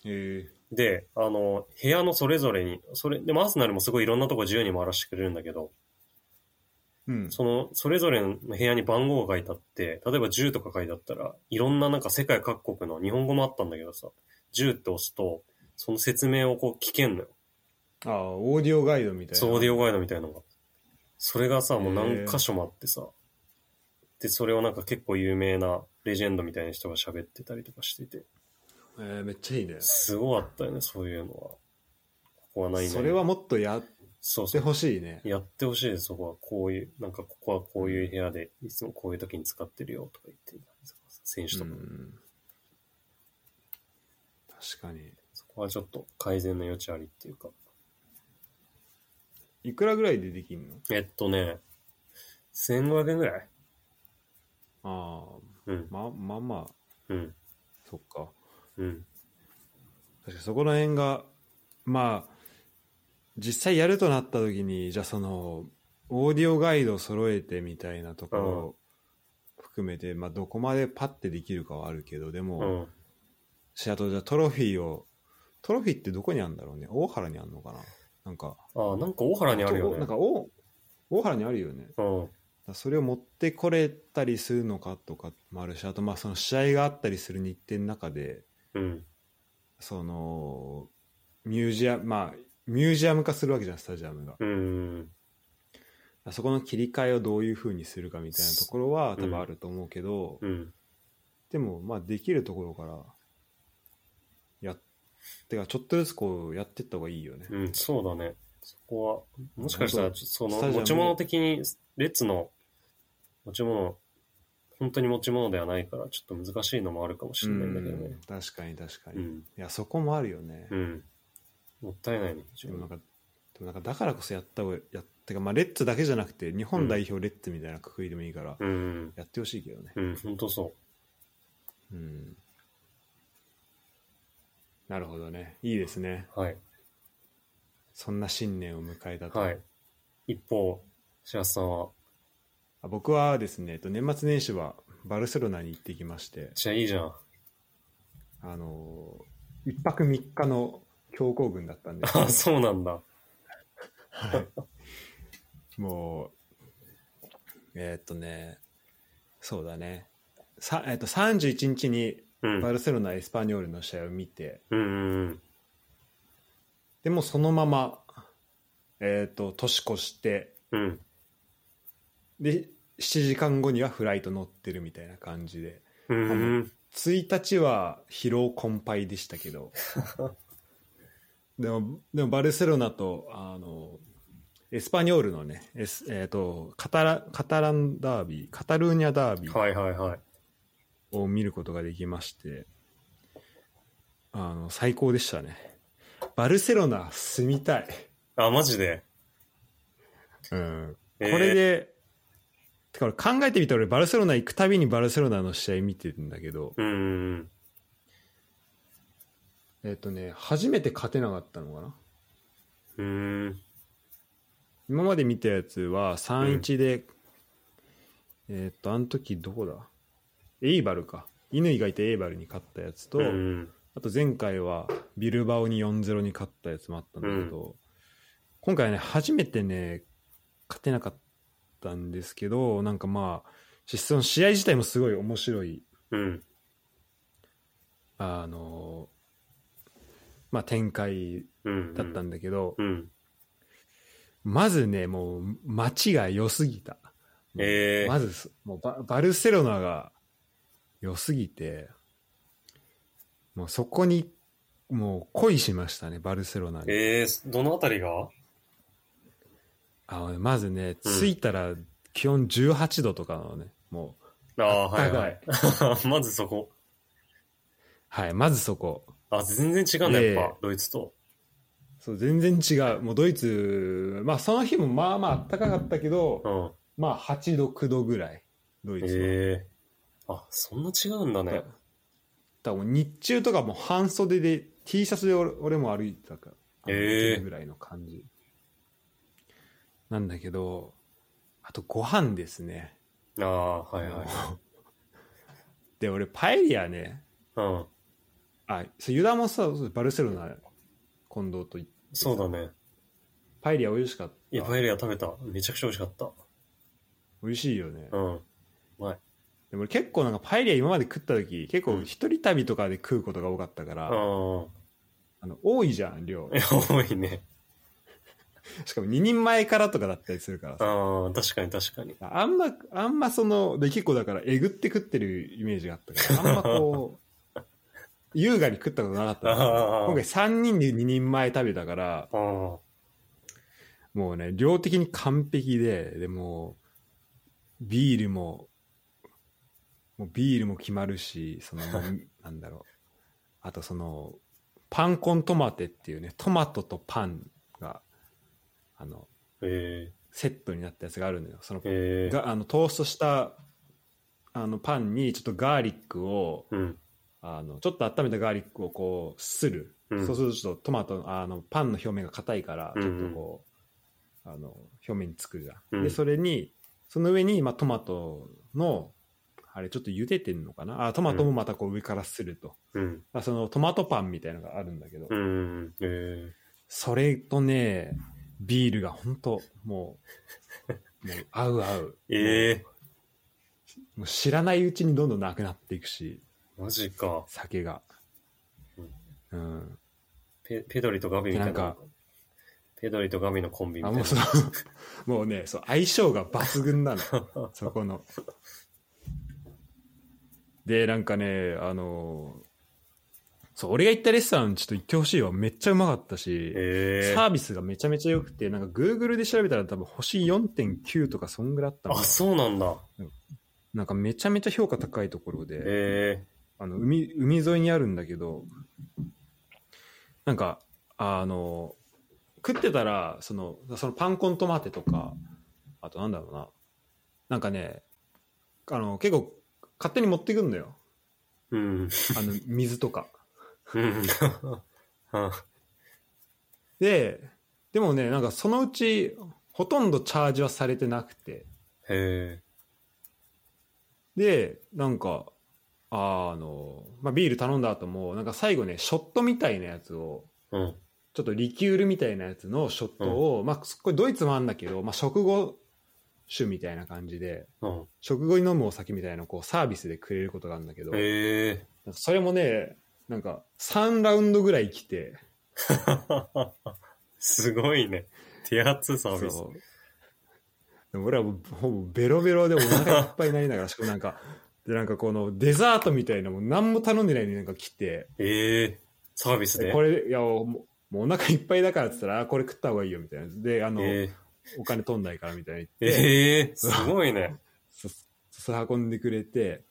[SPEAKER 1] え
[SPEAKER 2] で、あの、部屋のそれぞれに、それ、でもアーセナルもすごいいろんなとこ自由に回らせてくれるんだけど、
[SPEAKER 1] ーうん。
[SPEAKER 2] その、それぞれの部屋に番号が書いてあって、例えば10とか書いてあったら、いろんななんか世界各国の日本語もあったんだけどさ、10って押すと、その説明をこう聞けんのよ。
[SPEAKER 1] ああ、オーディオガイドみたいな。
[SPEAKER 2] そうオーディオガイドみたいなのが。それがさ、もう何箇所もあってさ、で、それをなんか結構有名なレジェンドみたいな人が喋ってたりとかしてて、
[SPEAKER 1] えーめっちゃいいね。
[SPEAKER 2] すごかったよね、そういうのは。ここはないね。
[SPEAKER 1] それはもっとやっ
[SPEAKER 2] そうそ
[SPEAKER 1] て
[SPEAKER 2] う。
[SPEAKER 1] ほしいね。
[SPEAKER 2] やってほしいです、そこは。こういう、なんかここはこういう部屋で、いつもこういう時に使ってるよとか言って、選手と
[SPEAKER 1] う
[SPEAKER 2] か、
[SPEAKER 1] ん。確かに。
[SPEAKER 2] そこはちょっと改善の余地ありっていうか。
[SPEAKER 1] いくらぐらいでできんの
[SPEAKER 2] えっとね、1500円ぐらい
[SPEAKER 1] ああ、
[SPEAKER 2] うん、
[SPEAKER 1] ま、まあまあ、
[SPEAKER 2] うん、
[SPEAKER 1] そっか。
[SPEAKER 2] うん、
[SPEAKER 1] 確かにそこら辺がまあ実際やるとなった時にじゃあそのオーディオガイドを揃えてみたいなところを含めて、まあ、どこまでパッてできるかはあるけどで
[SPEAKER 2] う
[SPEAKER 1] も、
[SPEAKER 2] ん。
[SPEAKER 1] しあとじゃあトロフィーをトロフィーってどこにあるんだろうね大原にあるのかななんか
[SPEAKER 2] ああ、なんか大原にあるよ
[SPEAKER 1] なん
[SPEAKER 2] ね。
[SPEAKER 1] か大大原にあるよね
[SPEAKER 2] うん、
[SPEAKER 1] それを持ってこれたりするのかとかもあるしあとまあその試合があったりする日程の中で
[SPEAKER 2] うん、
[SPEAKER 1] そのミュージアムまあミュージアム化するわけじゃんスタジアムが
[SPEAKER 2] うん、
[SPEAKER 1] あそこの切り替えをどういうふうにするかみたいなところは
[SPEAKER 2] うん
[SPEAKER 1] 多分あると思うけど、
[SPEAKER 2] うん。
[SPEAKER 1] でもまあできるところからやってかちょっとずつこうやってった方がいいよね、
[SPEAKER 2] うん、そうだね。そこは、もしかしたら、
[SPEAKER 1] 本当
[SPEAKER 2] ちょその
[SPEAKER 1] スタジア、ム
[SPEAKER 2] 持ち物的に、レッツの持ち物、本当に持ち物ではないから、ちょっと難しいのもあるかもしれないんだけどね。
[SPEAKER 1] うん確かに確かに、
[SPEAKER 2] う
[SPEAKER 1] い
[SPEAKER 2] ん、
[SPEAKER 1] やそこもあるよね、
[SPEAKER 2] うん。もったいないね、自
[SPEAKER 1] でもなん
[SPEAKER 2] 分
[SPEAKER 1] かでもなんかだからこそやった方がやってかまあレッツだけじゃなくて日本代表レッツみたいなくくりでもいいから、
[SPEAKER 2] うん、
[SPEAKER 1] やってほしいけどね
[SPEAKER 2] うん、本当そ
[SPEAKER 1] うんなるほどねいいですね
[SPEAKER 2] う。はい。
[SPEAKER 1] そんな新年を迎えたと、
[SPEAKER 2] はい。一方、白洲さんは、
[SPEAKER 1] あ僕はですねえっと年末年始はバルセロナに行ってきまして
[SPEAKER 2] じゃあいいじゃん。
[SPEAKER 1] あのー、1泊3日の強行軍だったんで、
[SPEAKER 2] あそうなんだ。
[SPEAKER 1] はい、 もうえっとねそうだねさ、えっと31日に
[SPEAKER 2] うん。う
[SPEAKER 1] バ
[SPEAKER 2] ん
[SPEAKER 1] ルセロナ・エスパニョールの試合を見て、
[SPEAKER 2] うんうん。
[SPEAKER 1] でもそのまま、えっと年越して
[SPEAKER 2] うん。
[SPEAKER 1] で7時間後にはフライト乗ってるみたいな感じで
[SPEAKER 2] うん。
[SPEAKER 1] 1日は疲労困憊でしたけ どでもでもバルセロナとあのエスパニョールのねエス、えー、とカタラカタランダービーカタルーニャダービー
[SPEAKER 2] はいはいはい。
[SPEAKER 1] を見ることができまして、あの最高でしたねバルセロナ住みたい、
[SPEAKER 2] あ、マジで。
[SPEAKER 1] うん、
[SPEAKER 2] えー
[SPEAKER 1] これで、てか俺考えてみたら俺バルセロナ行くたびにバルセロナの試合見てるんだけど、
[SPEAKER 2] うんうん
[SPEAKER 1] えっ、とね、初めて勝てなかったのかな
[SPEAKER 2] うん。うん。
[SPEAKER 1] 今まで見たやつは3-1で、えっ、と、あの時どこだエイバルか。乾がいてエイバルに勝ったやつと、
[SPEAKER 2] うん
[SPEAKER 1] あと前回はビルバオに4-0に勝ったやつもあったんだけど、今回はね、初めてね、勝てなかったんですけど、なんかまあ、その試合自体もすごい面白い
[SPEAKER 2] うん。
[SPEAKER 1] あのまあ展開
[SPEAKER 2] うん。
[SPEAKER 1] だったんだけど、
[SPEAKER 2] うん。
[SPEAKER 1] まずねもう街が良すぎた、
[SPEAKER 2] ええ
[SPEAKER 1] まずそもうババルセロナが良すぎてもうそこにもう恋しましたねバルセロナに、
[SPEAKER 2] ええどのあたりが
[SPEAKER 1] あのねまずね、
[SPEAKER 2] うん
[SPEAKER 1] 着いたら気温18度とかなのね、もう、
[SPEAKER 2] ああ、は
[SPEAKER 1] 暖
[SPEAKER 2] い
[SPEAKER 1] か
[SPEAKER 2] はいい。まずそこ。
[SPEAKER 1] はい、まずそこ。
[SPEAKER 2] あ、全然違うんだ、
[SPEAKER 1] ええ
[SPEAKER 2] やっぱ、ドイツと。
[SPEAKER 1] そう全然違う、もうドイツ、まあ、その日もまあまあ暖かかったけど
[SPEAKER 2] う、ん。
[SPEAKER 1] まあ8度、9度ぐらい、ドイツは。
[SPEAKER 2] ええあ、そんな違うんだ
[SPEAKER 1] だ
[SPEAKER 2] ね
[SPEAKER 1] か。らもう日中とかもう半袖で T シャツで俺俺も歩いてたから、あの
[SPEAKER 2] へえ
[SPEAKER 1] ぐらいの感じなんだけどあとご飯ですね
[SPEAKER 2] ああ、はいはい。
[SPEAKER 1] で俺パエリアね
[SPEAKER 2] うん。
[SPEAKER 1] あそうユダもさそうバルセロナ近藤と行って
[SPEAKER 2] そうだね。
[SPEAKER 1] パエリア美味しかった
[SPEAKER 2] いや、パエリア食べた。めちゃくちゃ美味しかった。
[SPEAKER 1] 美味しいよね、
[SPEAKER 2] うん。
[SPEAKER 1] でも俺結構なんかパエリア今まで食った時結
[SPEAKER 2] う
[SPEAKER 1] 構
[SPEAKER 2] ん
[SPEAKER 1] 一人旅とかで食うことが多かったから、
[SPEAKER 2] あ
[SPEAKER 1] あの多いじゃん量
[SPEAKER 2] あ。いや、多いね。
[SPEAKER 1] しかも2人前からとかだったりするからさ
[SPEAKER 2] ああ、確かに確かに。
[SPEAKER 1] あんま、あんまその、で、結構だから、えぐって食ってるイメージがあったから、あんまこう、優雅に食ったことなかったの。
[SPEAKER 2] ああ。
[SPEAKER 1] 今回3人で2人前食べたから、
[SPEAKER 2] ああ。
[SPEAKER 1] もうね、量的に完璧で、でもう、ビールも、もうビールも決まるし、その、もうなんだろう。あとその、パンコントマテっていうね、トマトとパンが、あの、
[SPEAKER 2] え
[SPEAKER 1] セットになったやつがあるのよ。その
[SPEAKER 2] えええ
[SPEAKER 1] があのトーストしたあのパンにちょっとガーリックを
[SPEAKER 2] うん。
[SPEAKER 1] あのちょっと温めたガーリックをこうする、
[SPEAKER 2] うん
[SPEAKER 1] そうするとちょっとトマトのあのパンの表面が硬いから
[SPEAKER 2] うん
[SPEAKER 1] ち
[SPEAKER 2] う
[SPEAKER 1] ょ
[SPEAKER 2] ん
[SPEAKER 1] っとこう、あの表面につくじゃん、
[SPEAKER 2] うん
[SPEAKER 1] でそれにその上に、まあ、トマトのあれちょっと茹でてんのかなあトマトもまたこう上からすると、
[SPEAKER 2] うん。
[SPEAKER 1] まあ、そのトマトパンみたいのがあるんだけど、
[SPEAKER 2] うん。え
[SPEAKER 1] それとねビールが本当もうもう合う合う
[SPEAKER 2] えええ
[SPEAKER 1] もう知らないうちにどんどんなくなっていくし
[SPEAKER 2] マジか。
[SPEAKER 1] 酒がうん
[SPEAKER 2] ペペドリとガビみた
[SPEAKER 1] な
[SPEAKER 2] いな。
[SPEAKER 1] んか
[SPEAKER 2] ペドリとガビのコンビみ
[SPEAKER 1] あ
[SPEAKER 2] たいな
[SPEAKER 1] もう。そうもう ねそう相性が抜群 なのそこのでなんかねあのそう俺が行ったレストランちょっと行ってほしいわめっちゃうまかったし、
[SPEAKER 2] ええ
[SPEAKER 1] サービスがめちゃめちゃ良くてなんか Google で調べたら多分星4.9とかそんぐらいあったの
[SPEAKER 2] あ、そうなんだ。
[SPEAKER 1] なんかめちゃめちゃ評価高いところで、
[SPEAKER 2] え
[SPEAKER 1] あの海海沿いにあるんだけどなんかあの食ってたらそのそのパンコントマテとかあとなんだろうななんかねあの結構勝手に持ってくんのよ
[SPEAKER 2] えうん。
[SPEAKER 1] あの 水とか
[SPEAKER 2] うん。 あ
[SPEAKER 1] ででもねなんかそのうちほとんどチャージはされてなくて
[SPEAKER 2] へえ。
[SPEAKER 1] でなんかあの、まあ、ビール頼んだ後もなんか最後ねショットみたいなやつを
[SPEAKER 2] うん。
[SPEAKER 1] ちょっとリキュールみたいなやつのショットを、まあ、これドイツもあるんだけど、まあ、食後酒みたいな感じで
[SPEAKER 2] うん。
[SPEAKER 1] 食後に飲むお酒みたいなのをこうサービスでくれることがあるんだけど、
[SPEAKER 2] ええ
[SPEAKER 1] なんかそれもねなんか3ラウンドぐらい来て
[SPEAKER 2] すごいね。手厚サービス。
[SPEAKER 1] そうでも俺はもうほぼベロベロでお腹いっぱいになりながらしかもなんかでなんかこのデザートみたいなのも何も頼んでないのになんか来て
[SPEAKER 2] ええサービスで。
[SPEAKER 1] これいやもうもうお腹いっぱいだからっつったらあこれ食った方がいいよみたいなであの、
[SPEAKER 2] え
[SPEAKER 1] お金取んないからみたいな言っ
[SPEAKER 2] え
[SPEAKER 1] て。
[SPEAKER 2] ええすご いね。
[SPEAKER 1] そそれ運んでくれて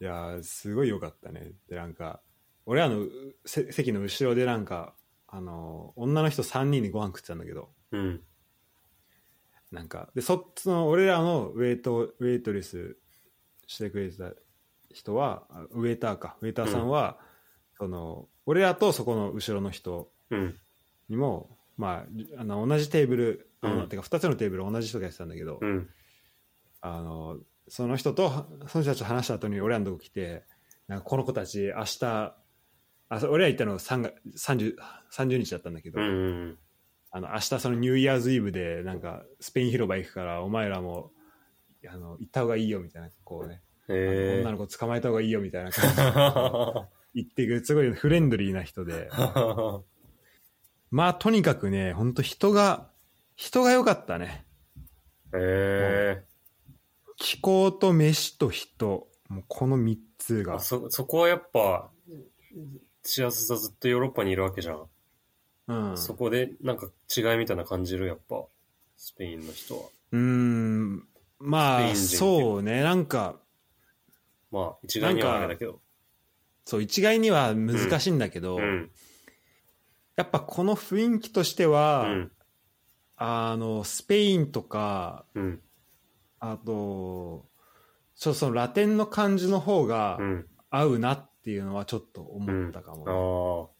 [SPEAKER 1] いやーすごい良かったねでなんか俺あのうせ席の後ろでなんかあのー女の人3人でご飯食ってたんだけど
[SPEAKER 2] うん。
[SPEAKER 1] なんかでそっちの俺らのウェイトウェイトレスしてくれてた人はあウェイターかウェイターさんは、その俺らとそこの後ろの人
[SPEAKER 2] うん。
[SPEAKER 1] にもまああの同じテーブル、あの
[SPEAKER 2] うん
[SPEAKER 1] てか2つのテーブル同じ人がやってたんだけど、
[SPEAKER 2] うん。
[SPEAKER 1] あのその人とはその人たちと話した後に俺らのとこ来てなんかこの子たち明日あそう俺ら行ったの3が 30, 30日だったんだけど、
[SPEAKER 2] うん。
[SPEAKER 1] あの明日そのニューイヤーズイブでなんかスペイン広場行くからお前らもあの行った方がいいよみたいなこうね、
[SPEAKER 2] ええ
[SPEAKER 1] 女の子捕まえた方がいいよみたいな感じで言ってくるすごいフレンドリーな人で まあとにかくね本当人が人が良かったね
[SPEAKER 2] え
[SPEAKER 1] 気候と飯と人もうこの3つ
[SPEAKER 2] え
[SPEAKER 1] が
[SPEAKER 2] あそ、そこはやっぱ、シアスさずっとヨーロッパにいるわけじゃん。
[SPEAKER 1] うん、
[SPEAKER 2] そこでなんか違いみたいな感じる、やっぱ。スペインの人は。
[SPEAKER 1] うーん、ま
[SPEAKER 2] スペイン
[SPEAKER 1] あ、
[SPEAKER 2] 人って
[SPEAKER 1] そうね、なんか、
[SPEAKER 2] まあ、一概にはあれだけど。
[SPEAKER 1] そう、一概には難しいんだけど、
[SPEAKER 2] うん。
[SPEAKER 1] やっぱこの雰囲気として
[SPEAKER 2] う
[SPEAKER 1] は、
[SPEAKER 2] ん。
[SPEAKER 1] あの、スペインとか、
[SPEAKER 2] うん。
[SPEAKER 1] あと、ちょっとそのラテンの感じの方が
[SPEAKER 2] うん。
[SPEAKER 1] 合うなっていうのはちょっと思ったかも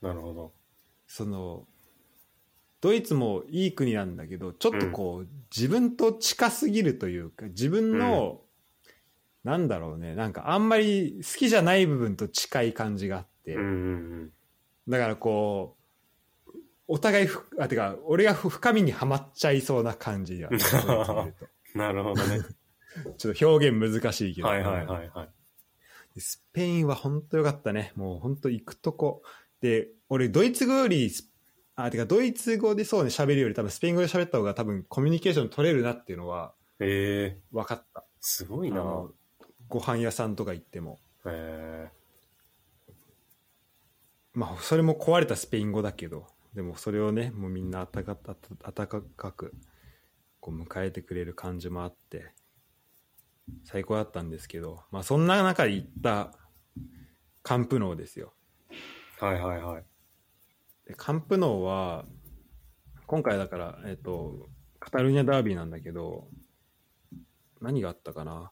[SPEAKER 2] あ
[SPEAKER 1] ね、
[SPEAKER 2] あー。なるほど。
[SPEAKER 1] その、ドイツもいい国なんだけど、ちょっとこう、自分と近すぎるというか、自分の、なんだろうね、なんかあんまり好きじゃない部分と近い感じがあって、
[SPEAKER 2] うんうん
[SPEAKER 1] だからこう、お互いふ、あ、てか、俺がふ深みにはまっちゃいそうな感じ だ、ね、
[SPEAKER 2] うん。なるほどね。
[SPEAKER 1] ちょっと表現難しいけど。
[SPEAKER 2] はいはいはいはい。
[SPEAKER 1] スペインは本当よかったね。もう本当行くとこ。で、俺、ドイツ語よりス、あ、てか、ドイツ語でそうね、喋るより多分、スペイン語で喋った方が多分、コミュニケーション取れるなっていうのは
[SPEAKER 2] ええ
[SPEAKER 1] 分かった。
[SPEAKER 2] すご
[SPEAKER 1] あ
[SPEAKER 2] いな。
[SPEAKER 1] のご飯屋さんとか行っても。
[SPEAKER 2] え
[SPEAKER 1] まあ、それも壊れたスペイン語だけど、でもそれをね、もうみんな温か温かくこう迎えてくれる感じもあって、最高だったんですけど、まあ、そんな中で行ったカンプノーですよ。
[SPEAKER 2] えはいはいはい。
[SPEAKER 1] でカンプノーは、今回だから、えっ、と、カタルーニャダービーなんだけど、何があったかな。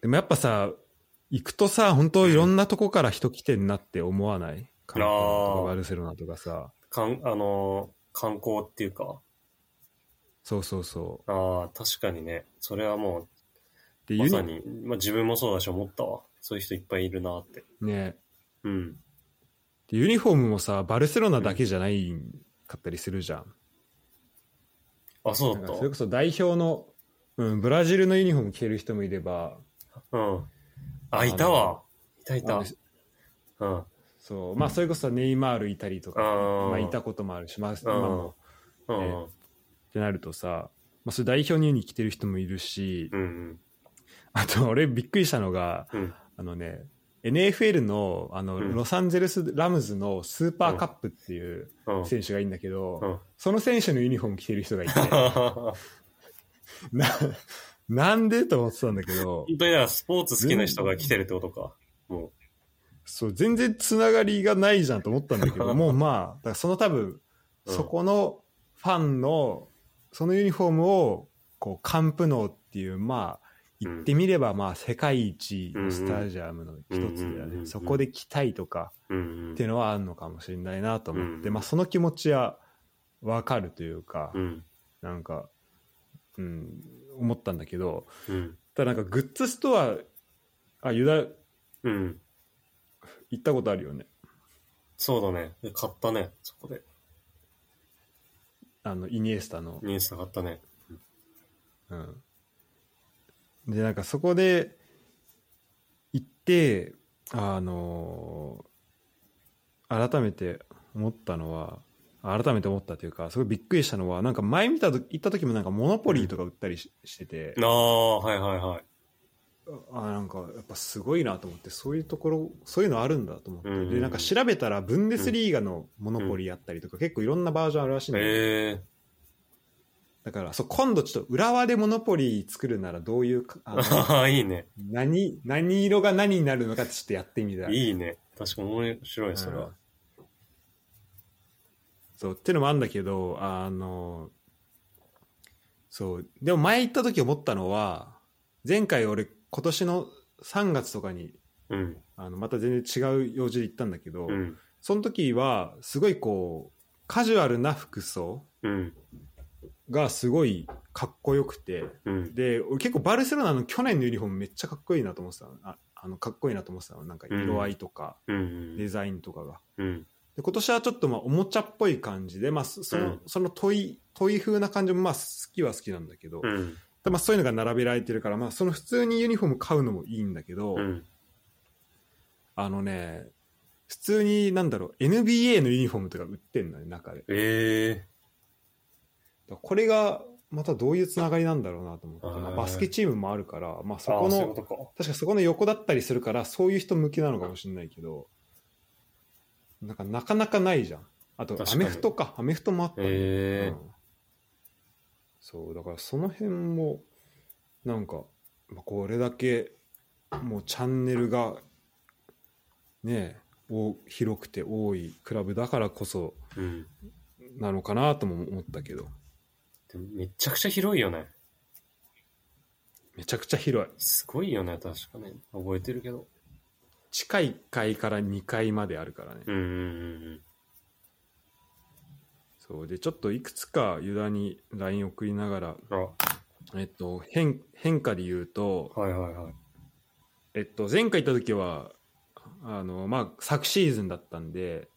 [SPEAKER 1] でもやっぱさ、行くとさ、本当いろんなとこから人来てんなって思わないカンプノーと
[SPEAKER 2] あ
[SPEAKER 1] か
[SPEAKER 2] ー
[SPEAKER 1] バルセロナとかさ。
[SPEAKER 2] かん、あのー観光っていうか。
[SPEAKER 1] そうそうそ
[SPEAKER 2] ああ、確かにね。それはも
[SPEAKER 1] う。で、ユ
[SPEAKER 2] う、ま
[SPEAKER 1] ニ
[SPEAKER 2] さに、まあ自分もそうだし思ったわ。そういう人いっぱいいるなって。
[SPEAKER 1] ね、
[SPEAKER 2] うん。
[SPEAKER 1] でユニフォームもさ、バルセロナだけじゃないかったりするじゃん。
[SPEAKER 2] あ、そう
[SPEAKER 1] なん
[SPEAKER 2] だ
[SPEAKER 1] か
[SPEAKER 2] っ
[SPEAKER 1] それこそ代表の、うん、ブラジルのユニフォーム着てる人もいれば、
[SPEAKER 2] た。うん。あ、いたわ。いたい
[SPEAKER 1] あ
[SPEAKER 2] た
[SPEAKER 1] の。
[SPEAKER 2] うん。
[SPEAKER 1] そう、まあ、それこそネイマールいたりとか、
[SPEAKER 2] あー
[SPEAKER 1] まあ、いたこともあるし、まあ、
[SPEAKER 2] う
[SPEAKER 1] 今
[SPEAKER 2] ん。
[SPEAKER 1] も
[SPEAKER 2] うん。
[SPEAKER 1] ってなるとさ、まあ、それ代表にユニ着てる人もいるし、
[SPEAKER 2] うん。
[SPEAKER 1] あと、俺びっくりしたのが、
[SPEAKER 2] うん。
[SPEAKER 1] あのね、NFL のあの、
[SPEAKER 2] うん
[SPEAKER 1] ロサンゼルス・ラムズのスーパーカップっていう
[SPEAKER 2] うん。
[SPEAKER 1] 選手がいるんだけど、
[SPEAKER 2] うん。
[SPEAKER 1] その選手のユニフォーム着てる人がいて、
[SPEAKER 2] 本
[SPEAKER 1] な、 なんでと思ってたんだけど、
[SPEAKER 2] 当にだからスポーツ好きな人が来てるってことか。も
[SPEAKER 1] そう、全然つながりがないじゃんと思ったんだけ ど、もうまあ、だからその多分、
[SPEAKER 2] うん
[SPEAKER 1] そこのファンの、そのユニフォームを、こう、カンプノーっていう、まあ、
[SPEAKER 2] うん
[SPEAKER 1] 言ってみれば、まあ、世界一のスタジアムの一つ
[SPEAKER 2] うんうん
[SPEAKER 1] で
[SPEAKER 2] うんうんうんうん
[SPEAKER 1] そこで着たいとか
[SPEAKER 2] う。うん
[SPEAKER 1] っ。ていうのはあるのかもしれないなと思って、
[SPEAKER 2] うん
[SPEAKER 1] まあ、その気持ちはわかるというか
[SPEAKER 2] う、ん。
[SPEAKER 1] なんか、うん、思ったんだけど、
[SPEAKER 2] うん。
[SPEAKER 1] ただなんかグッズストアあユダ行
[SPEAKER 2] うん。
[SPEAKER 1] ったことあるよね
[SPEAKER 2] そうだね。で買ったね。そこで。
[SPEAKER 1] あのイニエスタの、
[SPEAKER 2] ニュース上がったね。
[SPEAKER 1] うん、でなんかそこで行ってあのー改めて思ったのは改めて思ったというかすごいびっくりしたのはなんか前見たと行った時もなんかモノポリーとか売ったりし,、してて
[SPEAKER 2] ああ、はいはいはい。
[SPEAKER 1] あなんかやっぱすごいなと思ってそういうところそういうのあるんだと思って、
[SPEAKER 2] うんうんうん
[SPEAKER 1] でなんか調べたらブンデスリーガのモノポリーやったりとか、結構いろんなバージョンあるらしいんだけど
[SPEAKER 2] え
[SPEAKER 1] だからそう今度ちょっと浦和でモノポリー作るならどういうかあ
[SPEAKER 2] え
[SPEAKER 1] の
[SPEAKER 2] ー。いいね。
[SPEAKER 1] 何何色が何になるのかってちょっとやってみたい。
[SPEAKER 2] いいね。確かに面白いね、それ
[SPEAKER 1] う
[SPEAKER 2] は
[SPEAKER 1] ん。そうっていうのもあるんだけどあのそうでも前行った時思ったのは前回俺今年の3月とかに
[SPEAKER 2] うん。
[SPEAKER 1] あのまた全然違う用事で行ったんだけど、
[SPEAKER 2] うん。
[SPEAKER 1] その時はすごいこうカジュアルな服装
[SPEAKER 2] うん。
[SPEAKER 1] がすごいかっこよくて。
[SPEAKER 2] うん。
[SPEAKER 1] で俺結構バルセロナの去年のユニフォームめっちゃかっこいいなと思ってたのああのかっこいいなと思ってたのなんか色合いとか
[SPEAKER 2] うん
[SPEAKER 1] デ。ザインとかが、
[SPEAKER 2] うん。
[SPEAKER 1] で今年はちょっとまあおもちゃっぽい感じで、まあ、そその,、
[SPEAKER 2] うん
[SPEAKER 1] その問い問い風な感じもまあ好きは好きなんだけど、
[SPEAKER 2] うん。
[SPEAKER 1] でまあ、そういうのが並べられてるから、まあ、その普通にユニフォーム買うのもいいんだけど、
[SPEAKER 2] うん。
[SPEAKER 1] あのね普通になんだろう NBA のユニフォームとか売ってんのね中でだか
[SPEAKER 2] ええ
[SPEAKER 1] らこれがまたどういうつながりなんだろうなと思って、まあバスケチームもあるから、まあ、そ
[SPEAKER 2] ー。あ
[SPEAKER 1] こ
[SPEAKER 2] あ、そうい
[SPEAKER 1] の
[SPEAKER 2] うことか。
[SPEAKER 1] 確かそこの横だったりするからそういう人向けなのかもしれないけどなんかなかなかないじゃんあと
[SPEAKER 2] 確
[SPEAKER 1] ア
[SPEAKER 2] かに
[SPEAKER 1] メフトかアメフトもあったね、
[SPEAKER 2] ええ
[SPEAKER 1] うんそうだからその辺もなんかまあこれだけもうチャンネルがねお広くて多いクラブだからこそ
[SPEAKER 2] うん。
[SPEAKER 1] なのかなとも思ったけど
[SPEAKER 2] でもめちゃくちゃ広いよね。
[SPEAKER 1] めちゃくちゃ広い
[SPEAKER 2] すごいよね、確かね。覚えてるけど。
[SPEAKER 1] 地下1階から2階まであるからね
[SPEAKER 2] うんうんうんうん。
[SPEAKER 1] そうでちょっといくつかユダに LINE 送りながら、
[SPEAKER 2] あ、
[SPEAKER 1] えっと、変変化で言うと、
[SPEAKER 2] はいはいはい。
[SPEAKER 1] えっと、前回行った時はあの、まあ、昨シーズンだったんで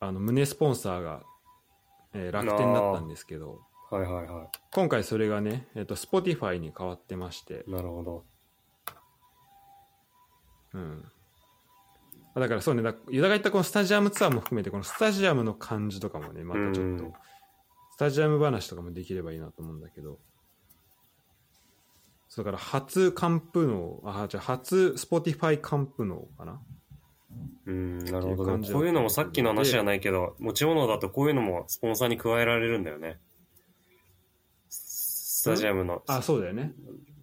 [SPEAKER 1] あの胸スポンサーが、えー楽天だったんですけど
[SPEAKER 2] はいはいは
[SPEAKER 1] 今回それがね、えっと、Spotify に変わってまして、
[SPEAKER 2] い。なるほど。
[SPEAKER 1] うん、あだからそうねだユダが言ったこのスタジアムツアーも含めてこのスタジアムの感じとかもねまたちょっ
[SPEAKER 2] うん
[SPEAKER 1] とスタジアム話とかもできればいいなと思うんだけどそうだから初完封のあじゃあ初 Spotify 完封のかな
[SPEAKER 2] うん、なるほど。
[SPEAKER 1] っていう
[SPEAKER 2] で
[SPEAKER 1] 感
[SPEAKER 2] も
[SPEAKER 1] じだ
[SPEAKER 2] こういうのもさっきの話じゃないけど、持ち物だとこういうのもスポンサーに加えられるんだよね。ススタジアムの。
[SPEAKER 1] あそうだよね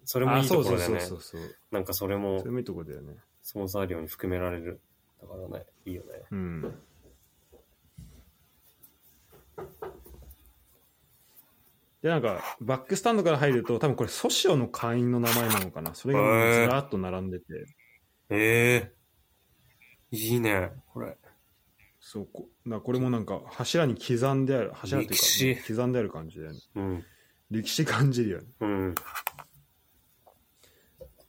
[SPEAKER 2] それもいいところだよ
[SPEAKER 1] あそう
[SPEAKER 2] ね。
[SPEAKER 1] そうそうそう
[SPEAKER 2] なんかそれも
[SPEAKER 1] それもいいとこだよね
[SPEAKER 2] スポンサー料に含められる。だからね、いいよね。
[SPEAKER 1] うんでなんかバックスタンドから入ると多分これソシオの会員の名前なのかなそれがもうずらっと並んでて、
[SPEAKER 2] ええいいね、これ。
[SPEAKER 1] そうこなこれもなんか柱に刻んである柱という
[SPEAKER 2] 歴史
[SPEAKER 1] か刻んである感じだよね
[SPEAKER 2] うん。
[SPEAKER 1] 歴史感じるよね
[SPEAKER 2] うん。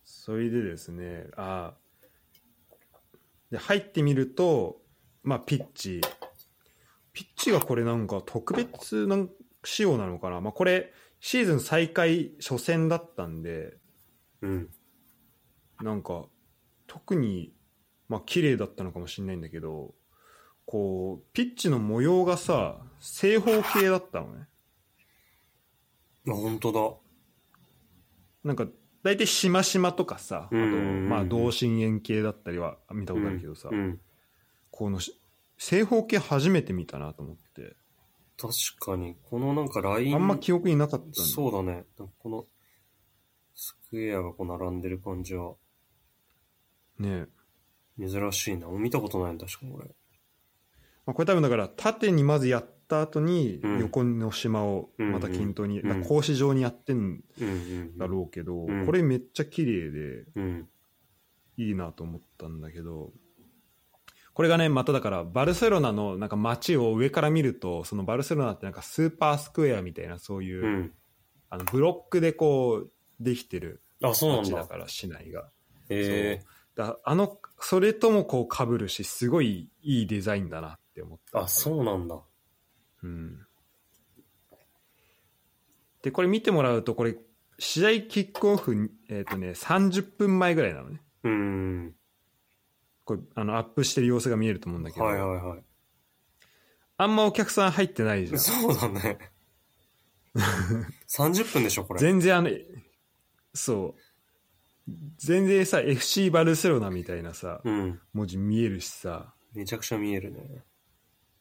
[SPEAKER 1] それでですねあで入ってみるとまあピッチピッチがこれなんか特別な仕様なのかなまあこれシーズン再開初戦だったんで
[SPEAKER 2] うん。
[SPEAKER 1] なんか特にまあ綺麗だったのかもしれないんだけどこうピッチの模様がさ正方形だったのね
[SPEAKER 2] あ、本当
[SPEAKER 1] なんか大体しましまとかさあと
[SPEAKER 2] うんうんうん
[SPEAKER 1] まあ同心円形だったりは見た
[SPEAKER 2] だ。
[SPEAKER 1] ことあるけどさ、
[SPEAKER 2] うん。
[SPEAKER 1] このし正方形初めて見たなと思って
[SPEAKER 2] 確かに、このなんかライン
[SPEAKER 1] あんま記憶になかったんだ
[SPEAKER 2] そうだね。なんかこの、スクエアがこう並んでる感じは、
[SPEAKER 1] ねえ、
[SPEAKER 2] 珍しいな。見たことないんだ、確かにこれ。
[SPEAKER 1] まあ、これ多分だから縦にまずやった後に
[SPEAKER 2] うん
[SPEAKER 1] 横の島をまた均等に、
[SPEAKER 2] うんうん
[SPEAKER 1] だから格子状にやってん
[SPEAKER 2] うんうん。
[SPEAKER 1] だろうけど、
[SPEAKER 2] うん
[SPEAKER 1] これめっちゃ綺麗で
[SPEAKER 2] うん。
[SPEAKER 1] いいなと思ったんだけどこれがねまただからバルセロナのなんか街を上から見るとそのバルセロナってなんかスーパースクエアみたいなそういう、
[SPEAKER 2] うん。
[SPEAKER 1] あのブロックでこうできてる
[SPEAKER 2] あ、そうなん
[SPEAKER 1] 街だ
[SPEAKER 2] だ。
[SPEAKER 1] から市内が
[SPEAKER 2] え
[SPEAKER 1] だあのそれともこう被るしすごいいいデザインだなって思っ
[SPEAKER 2] え
[SPEAKER 1] た
[SPEAKER 2] あ、そうなんだ。
[SPEAKER 1] うん、でこれ見てもらうとこれ試合キックオフ、えーとね、30分前ぐらいなのね
[SPEAKER 2] うん。
[SPEAKER 1] これあのアップしてる様子が見えると思うんだけど、
[SPEAKER 2] はいはいは
[SPEAKER 1] あんまお客さん入ってないじゃ
[SPEAKER 2] い。
[SPEAKER 1] ん
[SPEAKER 2] そう だね。30分でしょ、これ。
[SPEAKER 1] 全然あのそう全然さ FC バルセロナみたいなさ
[SPEAKER 2] うん。
[SPEAKER 1] 文字見えるしさ
[SPEAKER 2] めちゃくちゃ見えるね。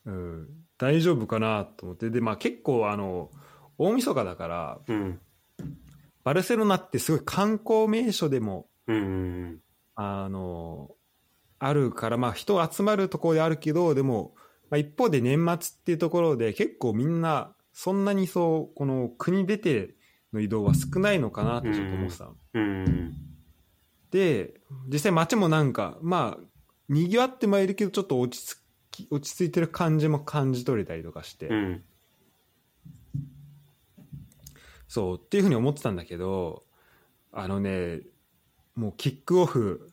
[SPEAKER 1] うん、大丈夫かなと思ってで、まあ、結構あの大晦日だから
[SPEAKER 2] うん。
[SPEAKER 1] バルセロナってすごい観光名所でも
[SPEAKER 2] うんうんうん。
[SPEAKER 1] あのあるから、まあ、人集まるところであるけどでも、まあ、一方で年末っていうところで結構みんなそんなにそうこの国出ての移動は少ないのかなってちょっと思ってたの。
[SPEAKER 2] うんうん。
[SPEAKER 1] で実際街もなんかまあにぎわってはいるけどちょっと落ち着き落ち着いてる感じも感じ取れたりとかして。
[SPEAKER 2] うん。
[SPEAKER 1] そうっていうふうに思ってたんだけどあのねもうキックオフ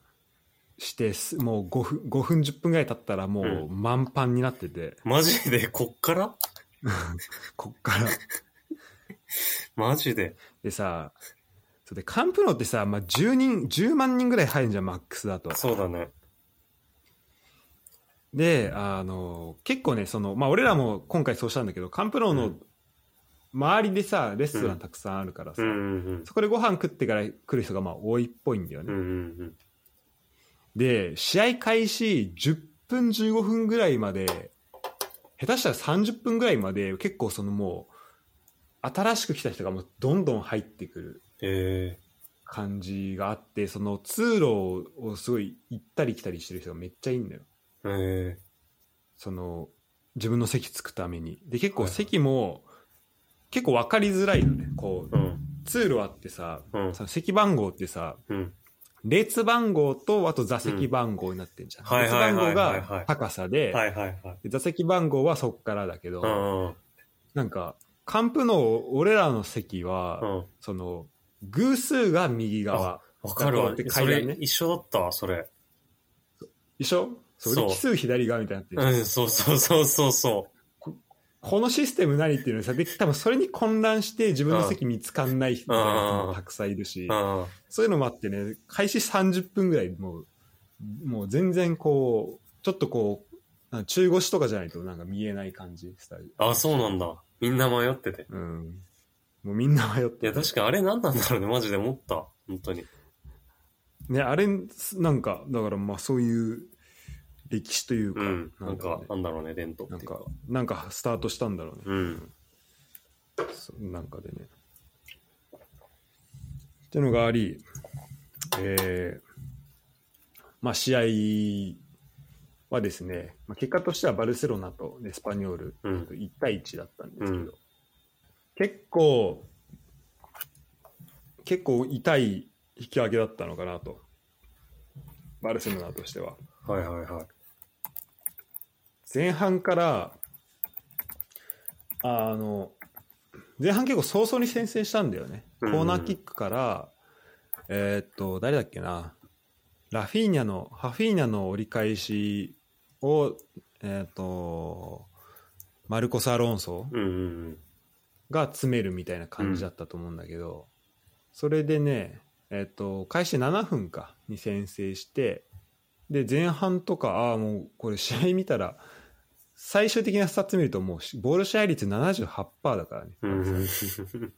[SPEAKER 1] してすもう5分 ,5 分10分ぐらい経ったらもうう満帆になってて、
[SPEAKER 2] マジで、こっから
[SPEAKER 1] こっから
[SPEAKER 2] マジで。
[SPEAKER 1] でさそうでカンプノってさ、まあ、10, 人10万人ぐらい入るじゃんマックスだと
[SPEAKER 2] そうだね。
[SPEAKER 1] であの結構ねその、まあ、俺らも今回そうしたんだけどカンプノの周りでさレストランたくさんあるからさ、
[SPEAKER 2] うんうん
[SPEAKER 1] そこでご飯食ってから来る人がまあ多いっぽいんだよね、
[SPEAKER 2] うん。うんうんうん。
[SPEAKER 1] で試合開始10分15分ぐらいまで下手したら30分ぐらいまで結構そのもう新しく来た人がもうどんどん入ってくる
[SPEAKER 2] え
[SPEAKER 1] 感じがあってその通路をすごい行ったり来たりしてる人がめっちゃいいんだよ
[SPEAKER 2] ー、え
[SPEAKER 1] その自分の席つくためにで結構
[SPEAKER 2] はいはい
[SPEAKER 1] 席も結構分かりづらいのねこう
[SPEAKER 2] ー、うん、
[SPEAKER 1] 通路あってさ
[SPEAKER 2] うん、
[SPEAKER 1] その席番号ってさ
[SPEAKER 2] うん、
[SPEAKER 1] 列番号とあと座席番号になってんじゃん、
[SPEAKER 2] うんはい
[SPEAKER 1] 列
[SPEAKER 2] はい
[SPEAKER 1] 番号
[SPEAKER 2] はいはい
[SPEAKER 1] が高さで、
[SPEAKER 2] はいはいはい。
[SPEAKER 1] で座席番号はそっからだけど、
[SPEAKER 2] うん、うん、
[SPEAKER 1] なんかカンプの俺らの席は、
[SPEAKER 2] うん。
[SPEAKER 1] その偶数が右側
[SPEAKER 2] わかる
[SPEAKER 1] だ
[SPEAKER 2] わ
[SPEAKER 1] って。
[SPEAKER 2] そ
[SPEAKER 1] 階段
[SPEAKER 2] れ
[SPEAKER 1] ね
[SPEAKER 2] 一緒だったわ、それ。
[SPEAKER 1] 一緒それ
[SPEAKER 2] そう
[SPEAKER 1] 奇数左側みたいになってる
[SPEAKER 2] う、ん、そうそうそうそうそ
[SPEAKER 1] このシステム何っていうのさで多分それに混乱して自分の席見つかんない人もたくさんいるし、
[SPEAKER 2] う。うん。
[SPEAKER 1] そういうのもあってね、開始30分ぐらい、もう、もう全然こう、ちょっとこう、なんか中腰とかじゃないとなんか見えない感じ、スタイル。
[SPEAKER 2] あ、そうなんだ。みんな迷ってて。
[SPEAKER 1] うん。もうみんな迷っ
[SPEAKER 2] い
[SPEAKER 1] て
[SPEAKER 2] や、確かにあれ何なんだろうね、マジで思った。本当に。
[SPEAKER 1] ね、あれ、なんか、だからまあそういう歴史というか、
[SPEAKER 2] うん。なん
[SPEAKER 1] だろ
[SPEAKER 2] か
[SPEAKER 1] うね、
[SPEAKER 2] なんだろうね、伝統
[SPEAKER 1] な
[SPEAKER 2] っ
[SPEAKER 1] ん
[SPEAKER 2] ていうか
[SPEAKER 1] か。、なんかスタートしたんだろうね。
[SPEAKER 2] うん。
[SPEAKER 1] そなんかでね。っていうのがあり、えーまあ、試合はですね、まあ、結果としてはバルセロナとエスパニョール
[SPEAKER 2] うん。
[SPEAKER 1] 1対1だったんですけど、
[SPEAKER 2] うん
[SPEAKER 1] 結構、結構痛い引き分けだったのかなと、バルセロナとしては。
[SPEAKER 2] はいはいはい。
[SPEAKER 1] 前半から、あの、前半結構早々に先制したんだよね。コ
[SPEAKER 2] うん
[SPEAKER 1] ーナーキックから、えーっと、誰だっけな、ラフィーニャの、ハフィーニャの折り返しを、えーっと、マルコス・アロンソ
[SPEAKER 2] うんうん
[SPEAKER 1] が詰めるみたいな感じだったと思うんだけど、それでね、えっと開始7分かに先制してで前半とかああもうこれ試合見たら最終的なスタッツ見るともうしボール支配率78%だからね、
[SPEAKER 2] うん。うんうん。
[SPEAKER 1] だか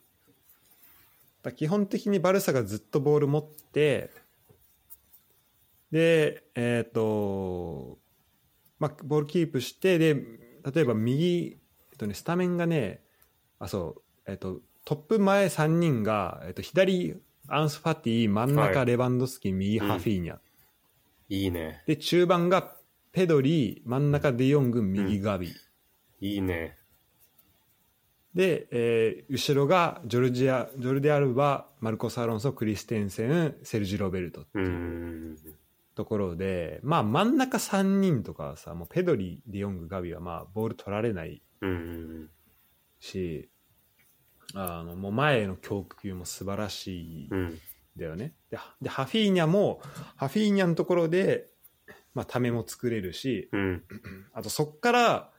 [SPEAKER 1] ら基本的にバルサがずっとボール持ってでえっ、と、まあ、ボールキープしてで例えば右、えっとね、スタメンがねあそう、えっとトップ前3人が、えっと左アンス・ファティ真ん中、
[SPEAKER 2] はい
[SPEAKER 1] レバンドフスキ右ハフィーニャ、
[SPEAKER 2] いいね。
[SPEAKER 1] で中盤がペドリ真ん中デヨング右ガビ、
[SPEAKER 2] いいね。
[SPEAKER 1] で、えー後ろがジョルジアジョルディアルバマルコス・アロンソクリステンセンセルジ・ロベルトって
[SPEAKER 2] うんう
[SPEAKER 1] いうんところで、まあ真ん中3人とかはさもうペドリディヨングガビはまあボール取られない
[SPEAKER 2] うん。うんうん
[SPEAKER 1] しあのもう前への供給も素晴らしい
[SPEAKER 2] うん。うん。
[SPEAKER 1] だよねででハフィーニャもハフィーニャのところで、まあ、ためも作れるし
[SPEAKER 2] うん。
[SPEAKER 1] あとそこから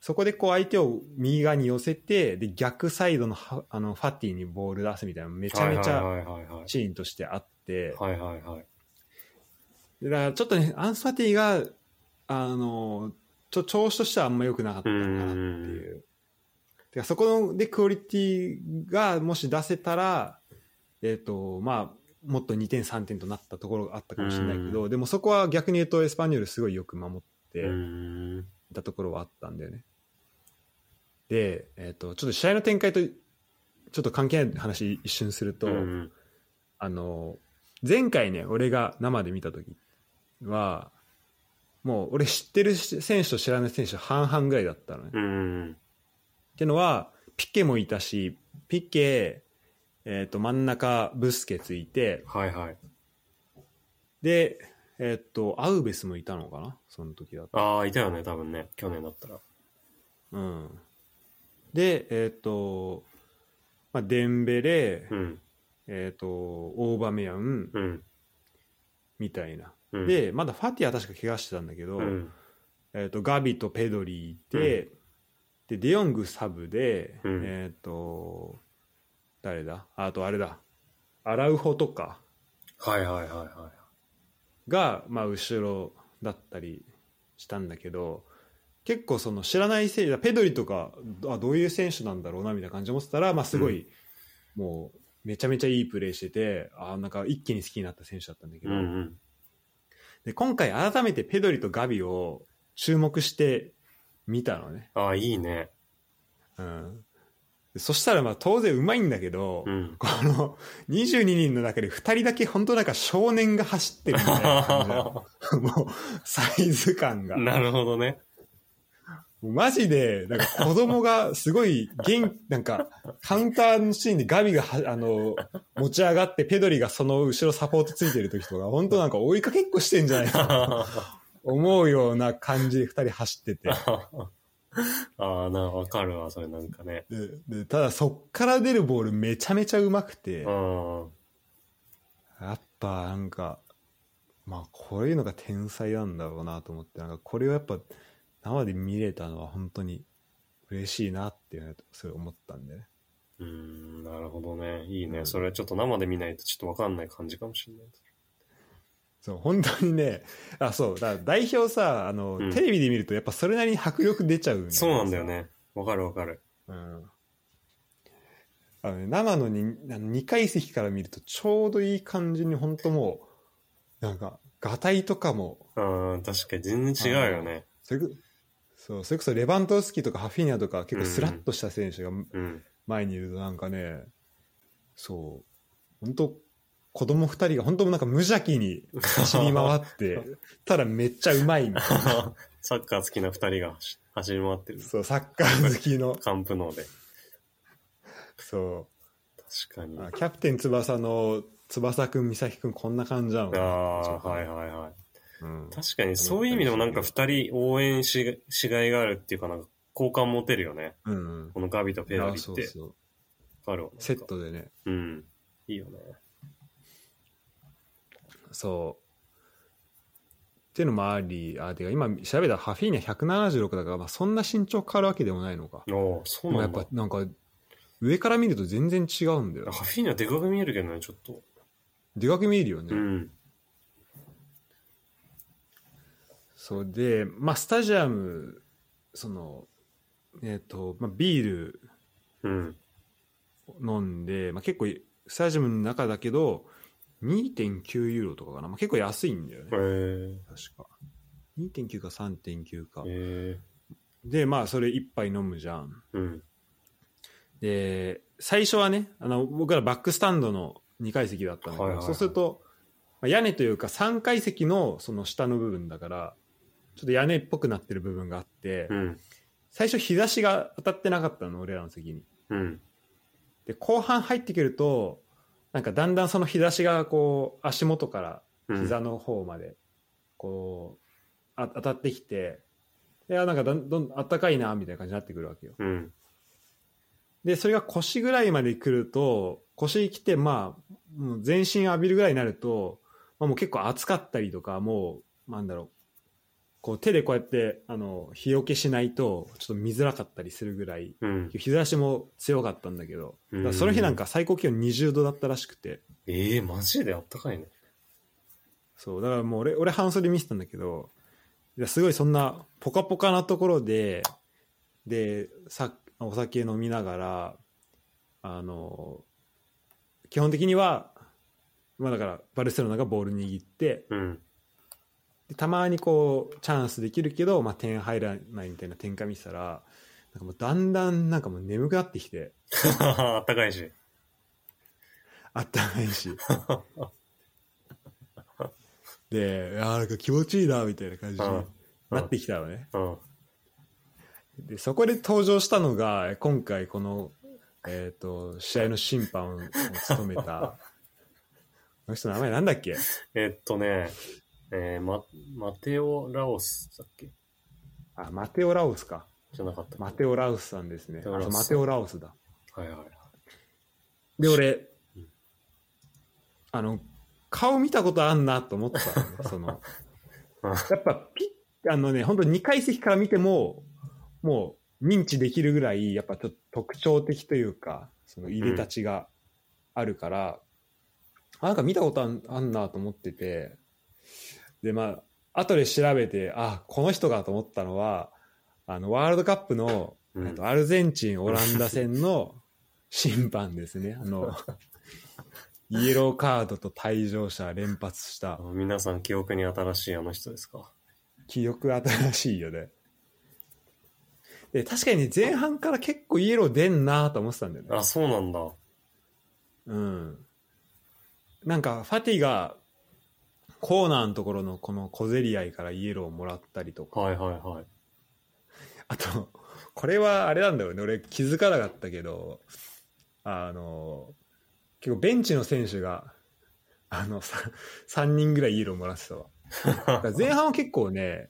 [SPEAKER 1] そこでこう相手を右側に寄せてで逆サイドのハあのファティにボール出すみたいなめちゃめちゃ
[SPEAKER 2] はいはいはい
[SPEAKER 1] シーンとしてあって
[SPEAKER 2] はい。はいはいはい。
[SPEAKER 1] でだからちょっとねアンスファティがあのちょ調子としてはあんま良くなかったかなっていう。てかそこでクオリティがもし出せたら、えっとまあ、もっと2点3点となったところがあったかもしれないけどでもそこは逆に言うとエスパニョルすごいよく守って。
[SPEAKER 2] うん。
[SPEAKER 1] いたところはあったんだよね。で、えっとちょっと試合の展開とちょっと関係ない話一瞬すると、
[SPEAKER 2] うん
[SPEAKER 1] あの前回ね俺が生で見た時はもう俺知ってる選手と知らない選手半々ぐらいだったのね。
[SPEAKER 2] うんうん。
[SPEAKER 1] ってのはピッケもいたしピッケ、えっと真ん中ブスケついて
[SPEAKER 2] はいはい。
[SPEAKER 1] で、えっとアウベスもいたのかなその時だと。
[SPEAKER 2] ああ、いたよね、多分ね。去年だったら。
[SPEAKER 1] うん、でえっ、と、まあ、デンベレ、
[SPEAKER 2] うん。
[SPEAKER 1] えっ、とオーバメヤン
[SPEAKER 2] うん。
[SPEAKER 1] みたいな、
[SPEAKER 2] うん、
[SPEAKER 1] でまだファティは確か怪我してたんだけど、
[SPEAKER 2] うん。
[SPEAKER 1] えっとガビとペドリいて、でデヨングサブで、
[SPEAKER 2] うん
[SPEAKER 1] えっ、と誰だああとあれだアラウホとか
[SPEAKER 2] はいはいはいは
[SPEAKER 1] が、まあ、後ろだったりしたんだけど結構その知らない選手ペドリとかあどういう選手なんだろうなみたいな感じで思ってたら、まあ、すごい、もうめちゃめちゃいいプレーしててあなんか一気に好きになった選手だったんだけ
[SPEAKER 2] い。
[SPEAKER 1] ど、
[SPEAKER 2] うんうん。
[SPEAKER 1] で今回改めてペドリとガビを注目して見たのね。
[SPEAKER 2] ああ、いいね。
[SPEAKER 1] うんでそしたらまあ当然うまいんだけど、
[SPEAKER 2] うん。
[SPEAKER 1] この22人の中で2人だけ本当なんか少年が走ってるみたいな感じなの もうサイズ感が。
[SPEAKER 2] なるほどね。
[SPEAKER 1] もうマジで、なんか子供がすごい元気、なんかカウンターのシーンでガビがはあの持ち上がってペドリがその後ろサポートついてる時とか、本当なんか追いかけっこしてんじゃないかな
[SPEAKER 2] あ
[SPEAKER 1] 思うような感じで2人走って て。
[SPEAKER 2] あ、な、わかるわ、それなんかね。
[SPEAKER 1] ででただそっから出るボールめちゃめちゃうまくて、
[SPEAKER 2] うん。
[SPEAKER 1] やっぱなんか、まあこういうのが天才なんだろうなと思って、なんかこれをやっぱ生で見れたのは本当に嬉しいなっていうのはすごい思ったんでね。
[SPEAKER 2] うん、なるほどね。いいうね。
[SPEAKER 1] ん
[SPEAKER 2] それはちょっと生で見ないとちょっとわかんない感じかもしれない。
[SPEAKER 1] そう、本当にね、あ、そう、だから代表さ、あの、
[SPEAKER 2] うん
[SPEAKER 1] テレビで見るとやっぱそれなりに迫力出ちゃうん
[SPEAKER 2] そうなんだよ。ね。わかるわかる。
[SPEAKER 1] うん。あのね、生のにあの2階席から見るとちょうどいい感じに本当もう、なんか、ガタイとかも、
[SPEAKER 2] うん、確かに全然違うよね。
[SPEAKER 1] それこそうそれこそレバントフスキーとかハフィーニャとか結構スラッとした選手が
[SPEAKER 2] うん。
[SPEAKER 1] 前にいるとなんかね、そう本当子供2人が本当なんか無邪気に走り回って ただめっちゃうまいみたいな
[SPEAKER 2] サッカー好きな二人が走走り回って る。
[SPEAKER 1] そうサッカー好きの
[SPEAKER 2] カンプノーで。
[SPEAKER 1] そ
[SPEAKER 2] 確かに。
[SPEAKER 1] う
[SPEAKER 2] あ
[SPEAKER 1] あキャプテン翼の翼くん美咲くんこんな感じなのかな
[SPEAKER 2] あー、はいはいはい。
[SPEAKER 1] うん、
[SPEAKER 2] 確かにそういう意味でもなんか二人応援ししがいがあるっていうかなんか好感持てるよね。
[SPEAKER 1] うん
[SPEAKER 2] このガビと
[SPEAKER 1] う
[SPEAKER 2] ペ
[SPEAKER 1] ん、
[SPEAKER 2] ド
[SPEAKER 1] あ
[SPEAKER 2] リっ
[SPEAKER 1] そう
[SPEAKER 2] て。
[SPEAKER 1] そう
[SPEAKER 2] わかるわ。
[SPEAKER 1] セッ。トでね
[SPEAKER 2] うん。いいよね。
[SPEAKER 1] そう。っていうのもあり、あ、てか今調べたらハフィーニャ176だから、まあ、そんな身長変わるわけでもないのか。
[SPEAKER 2] おおそ
[SPEAKER 1] で
[SPEAKER 2] う
[SPEAKER 1] も
[SPEAKER 2] な
[SPEAKER 1] や
[SPEAKER 2] ん
[SPEAKER 1] っ
[SPEAKER 2] だ
[SPEAKER 1] ぱ。なんか、上から見ると全然違うんだよ。
[SPEAKER 2] ハフィーニャでかく見えるけどね、ちょっと。
[SPEAKER 1] でかく見えるよね。
[SPEAKER 2] うん。
[SPEAKER 1] そうで、まあスタジアム、その、えっ、と、まあ、ビール
[SPEAKER 2] うん。
[SPEAKER 1] 飲んで、まあ、結構スタジアムの中だけど、2.9ユーロとかかな。まあ、結構安いんだよね
[SPEAKER 2] へ。え。
[SPEAKER 1] 確か。2.9か3.9か
[SPEAKER 2] へ。え。
[SPEAKER 1] で、まあそれ一杯飲むじゃん。
[SPEAKER 2] うん。
[SPEAKER 1] で最初はねあの僕らバックスタンドの2階席だったんだけど、
[SPEAKER 2] はいはいはい
[SPEAKER 1] そうするとまあ屋根というか3階席のその下の部分だからちょっと屋根っぽくなってる部分があって、
[SPEAKER 2] うん。
[SPEAKER 1] 最初日差しが当たってなかったの俺らの席に
[SPEAKER 2] うん。
[SPEAKER 1] で後半入ってくるとなんかだんだんその日差しがこう足元から
[SPEAKER 2] うん。
[SPEAKER 1] 膝の方までこう、あ当たってきていやなんかだんどんあったかいなみたいな感じになってくるわけよ
[SPEAKER 2] うん。
[SPEAKER 1] で、それが腰ぐらいまで来ると、腰に来て、まあ、もう全身浴びるぐらいになると、まあ、もう結構暑かったりとか、もう、なんだろう、こう手でこうやって、あの、日よけしないと、ちょっと見づらかったりするぐらい、
[SPEAKER 2] うん。
[SPEAKER 1] 日差しも強かったんだけど、だからその日なんか最高気温20度だったらしくて、
[SPEAKER 2] ええマジであったかいね。
[SPEAKER 1] そう、だからもう俺、俺半袖見せたんだけど、いやすごいそんなポカポカなところで、で、さお酒飲みながら、あの、基本的には、まあだから、バルセロナがボール握って、
[SPEAKER 2] うん。
[SPEAKER 1] でたまにこう、チャンスできるけど、まあ点入らないみたいな展開見てたら、なんかもうだんだんなんかもう眠くなってきて、
[SPEAKER 2] あったかいし。
[SPEAKER 1] あったかい し。で、いやーなんか気持ちいいな、みたいな感じになってきたのね。
[SPEAKER 2] うん。
[SPEAKER 1] でそこで登場したのが今回この、えー、と試合の審判を務め たこの人の名前なんだっけ
[SPEAKER 2] えっとね、えー、マ、マテオ・ラオスだっけ
[SPEAKER 1] あマテオ・ラオスか
[SPEAKER 2] じゃなかったっけ
[SPEAKER 1] マテオ・ラオスさんですね
[SPEAKER 2] マテオ
[SPEAKER 1] あ
[SPEAKER 2] ラオ
[SPEAKER 1] そ
[SPEAKER 2] ス
[SPEAKER 1] うマテオ・ラオスだ
[SPEAKER 2] はいはいはい。
[SPEAKER 1] で俺
[SPEAKER 2] うん
[SPEAKER 1] あの顔見たことあんなと思ってたのね、その
[SPEAKER 2] うん
[SPEAKER 1] やっぱピッあのね本当2階席から見てももう認知できるぐらいやっぱちょっと特徴的というかその入れたちがあるから、あなんか見たことあんあんなと思っててでまあ後で調べてあこの人かと思ったのはあのワールドカップの、
[SPEAKER 2] うん
[SPEAKER 1] えっとアルゼンチンオランダ戦の審判ですねあのイエローカードと退場者連発した
[SPEAKER 2] あの皆さん記憶に新しいあの人ですか。
[SPEAKER 1] 記憶新しいよね。で、確かにね、前半から結構イエロー出んなと思ってたんだよね。
[SPEAKER 2] あ、そうなんだ。
[SPEAKER 1] うん。なんか、ファティが、コーナーのところのこの小競り合いからイエローをもらったりとか、
[SPEAKER 2] はいはいはい。
[SPEAKER 1] あと、これはあれなんだよね、俺気づかなかったけど、あの、結構ベンチの選手が、あの、さ3人ぐらいイエローもらってたわ。だから前半は結構ね、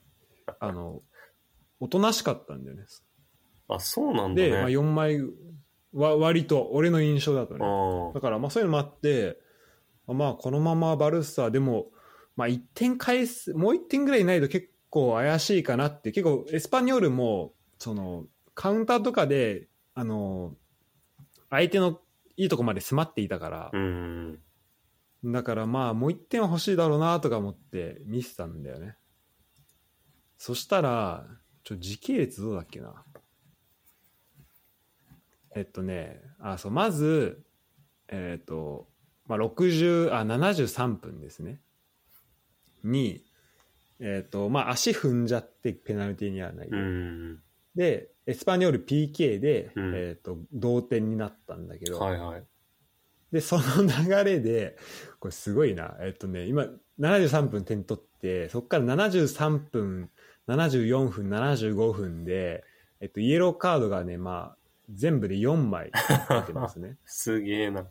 [SPEAKER 1] あの、おとなしかったんだよね。
[SPEAKER 2] あ、そうなんだね。
[SPEAKER 1] で、まあ、4枚は割と俺の印象だとね。
[SPEAKER 2] あ
[SPEAKER 1] だからまあそういうのもあって、まあこのままバルサでも、まあ1点返す、もう1点ぐらいないと結構怪しいかなって、結構エスパニョールも、その、カウンターとかで、あの、相手のいいとこまで迫っていたから
[SPEAKER 2] あ。う、ん。
[SPEAKER 1] だからまあもう1点は欲しいだろうなとか思って見てたんだよね。そしたら、ちょ、時系列どうだっけな。えっとね、あ、そう、まず、えっ、と、まあ、60、あ、73分ですね。に、えっ、と、まあ、足踏んじゃってペナルティーにはない。
[SPEAKER 2] うん。
[SPEAKER 1] で、エスパニョール PK で、
[SPEAKER 2] うん
[SPEAKER 1] えっ、と、同点になったんだけど、
[SPEAKER 2] はいはい。
[SPEAKER 1] で、その流れで、これすごいな。えっとね、今、73分点取って、そこから73分、74分、75分で、えっと、イエローカードがね、まあ、全部で4枚出てますね。
[SPEAKER 2] すげえな。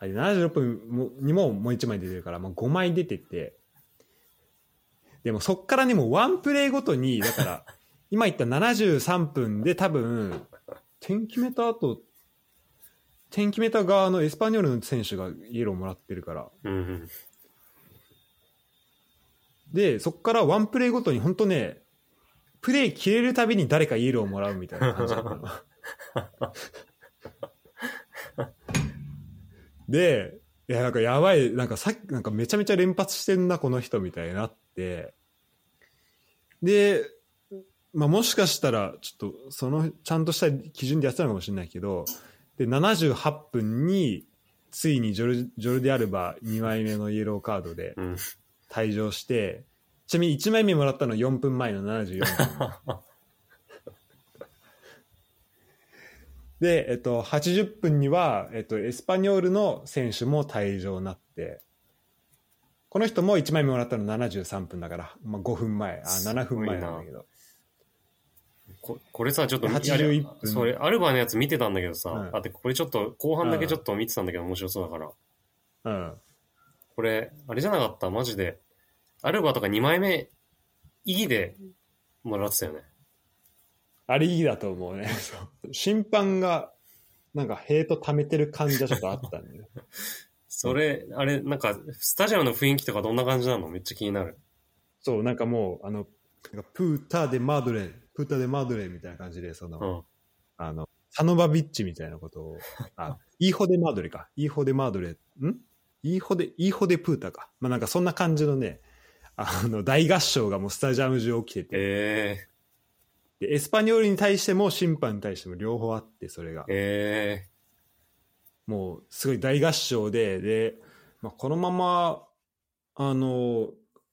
[SPEAKER 1] あれ76分もにももう1枚出てるから、まあ、5枚出てて、でもそっからね、もうワンプレーごとに、だから、今言った73分で多分、点決めた後、点決めた側のエスパニョールの選手がイエローもらってるから、
[SPEAKER 2] うん。
[SPEAKER 1] で、そっからワンプレーごとに本当ね、プレー切れるたびに誰かイエローをもらうみたいな感じだったの。で、いや、なんかやばい、なんかさっき、なんかめちゃめちゃ連発してんな、この人みたいになって。で、まあもしかしたら、ちょっと、その、ちゃんとした基準でやってたのかもしれないけど、で、78分に、ついにジョルジョルディ・アルバ2枚目のイエローカードで、
[SPEAKER 2] うん。
[SPEAKER 1] 退場してちなみに1枚目もらったの4分前の74分で、えっと、80分には、えっと、エスパニョールの選手も退場になってこの人も1枚目もらったの73分だから、まあ、5分前あ7分前なんだけど
[SPEAKER 2] ここれさ、ちょっと、
[SPEAKER 1] 81
[SPEAKER 2] あれそれ、アルバのやつ見てたんだけどさ、
[SPEAKER 1] うん
[SPEAKER 2] あ、てかこれちょっと、後半だけちょっと見てたんだけど、面白そうだから。
[SPEAKER 1] うん
[SPEAKER 2] これ、あれじゃなかったマジで。アルバとか2枚目、意義でもらってたよね。
[SPEAKER 1] あれいいだと思うねそう審判がなんかヘイト溜めてる感じはちょっとあったんで、ね、
[SPEAKER 2] それ、あれ、なんか、スタジアムの雰囲気とかどんな感じなのめっちゃ気になる。
[SPEAKER 1] そうなんかもうあのなんかプータでマドレープータでマドレーみたいな感じでその、
[SPEAKER 2] うん。
[SPEAKER 1] あの、サノバビッチみたいなことを、 あ、イーホデマードレか。イーホデマードレ、んイーホデ、イーホデプータか。まあなんかそんな感じのね、あの、大合唱がもうスタジアム中起きてて、
[SPEAKER 2] ええ
[SPEAKER 1] でエスパニョールに対しても審判に対しても両方あって、それが。
[SPEAKER 2] え
[SPEAKER 1] もうすごい大合唱で、で、まあ、このまま、あの、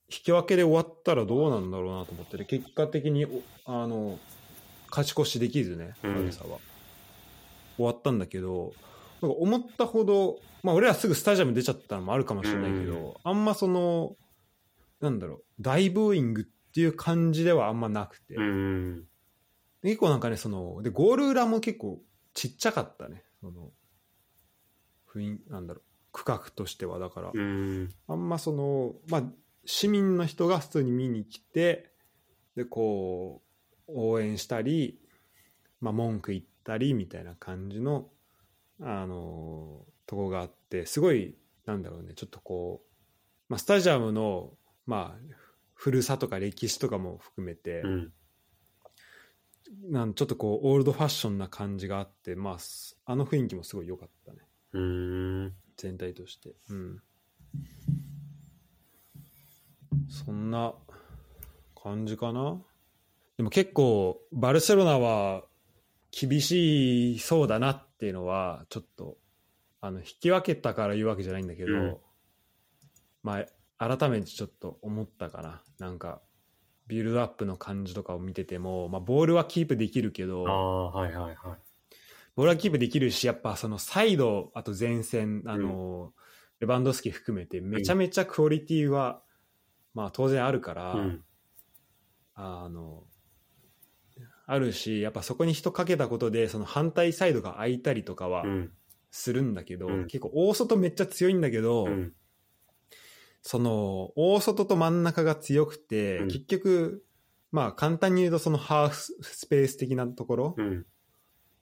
[SPEAKER 1] 引き分けで終わったらどうなんだろうなと思ってて、結果的に、おあの、勝ち越しできずね、
[SPEAKER 2] うん
[SPEAKER 1] バルサは。終わったんだけど、なんか思ったほど、まあ、俺らすぐスタジアム出ちゃったのもあるかもしれないけど、
[SPEAKER 2] うん
[SPEAKER 1] あんまその、なんだろう、大ブーイングっていう感じではあんまなくて、
[SPEAKER 2] えうん。
[SPEAKER 1] 結構なんかねそのでゴール裏も結構ちっちゃかったねその雰囲なんだろう区画としてはだから、
[SPEAKER 2] うん。
[SPEAKER 1] あんまそのまあ市民の人が普通に見に来てでこう応援したり、まあ、文句言ったりみたいな感じのあのとこがあってすごいなんだろうねちょっとこう、まあ、スタジアムのまあ古さとか歴史とかも含めて、
[SPEAKER 2] うん。
[SPEAKER 1] なんちょっとこうオールドファッションな感じがあって、まあ、すあの雰囲気もすごい良かったね
[SPEAKER 2] うん。
[SPEAKER 1] 全体としてうんそんな感じかなでも結構バルセロナは厳しそうだなっていうのはちょっとあの引き分けたから言うわけじゃないんだけど、
[SPEAKER 2] うん
[SPEAKER 1] まあ改めてちょっと思ったかななんかビルドアップの感じとかを見てても、まあ、ボールはキープできるけど、
[SPEAKER 2] ああ、はいはいはい。
[SPEAKER 1] ボールはキープできるし、やっぱそのサイド、あと前線、あの、レバンドフスキ含めて、めちゃめちゃクオリティは、まあ当然あるから、
[SPEAKER 2] うん。
[SPEAKER 1] あの、あるし、やっぱそこに人かけたことで、その反対サイドが空いたりとかは
[SPEAKER 2] うん。
[SPEAKER 1] するんだけど、
[SPEAKER 2] うん
[SPEAKER 1] 結構大外めっちゃ強いんだけど、
[SPEAKER 2] うん。
[SPEAKER 1] その大外と真ん中が強くて、
[SPEAKER 2] うん
[SPEAKER 1] 結局、まあ簡単に言うとそのハーフスペース的なところ、
[SPEAKER 2] うん。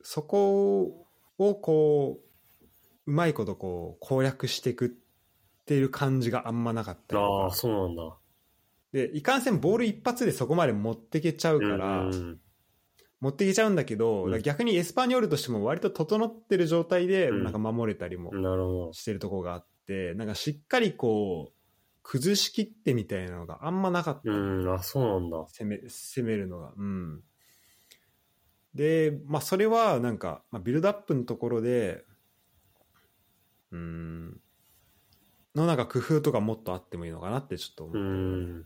[SPEAKER 1] そこをこううまいことこう攻略していくっていう感じがあんまなかったり
[SPEAKER 2] あ
[SPEAKER 1] と
[SPEAKER 2] あ、
[SPEAKER 1] か
[SPEAKER 2] そうなんだ。
[SPEAKER 1] でいかんせんボール一発でそこまで持ってけちゃうから、
[SPEAKER 2] うんうん
[SPEAKER 1] 持ってけちゃうんだけど、
[SPEAKER 2] うん
[SPEAKER 1] 逆にエスパーニョールとしても割と整ってる状態で
[SPEAKER 2] うん
[SPEAKER 1] なんか守れたりも
[SPEAKER 2] なるほ
[SPEAKER 1] してるとこがあって、なんかしっかりこう崩しきってみたいなのがあんまなかった
[SPEAKER 2] ど。うん、あ、そうなんだ。
[SPEAKER 1] 攻め攻めるのが。うん、で、まあ、それはなんか、まあ、ビルドアップのところで、うん、のなんか工夫とかもっとあってもいいのかなってちょっと思っ
[SPEAKER 2] う
[SPEAKER 1] た
[SPEAKER 2] ん。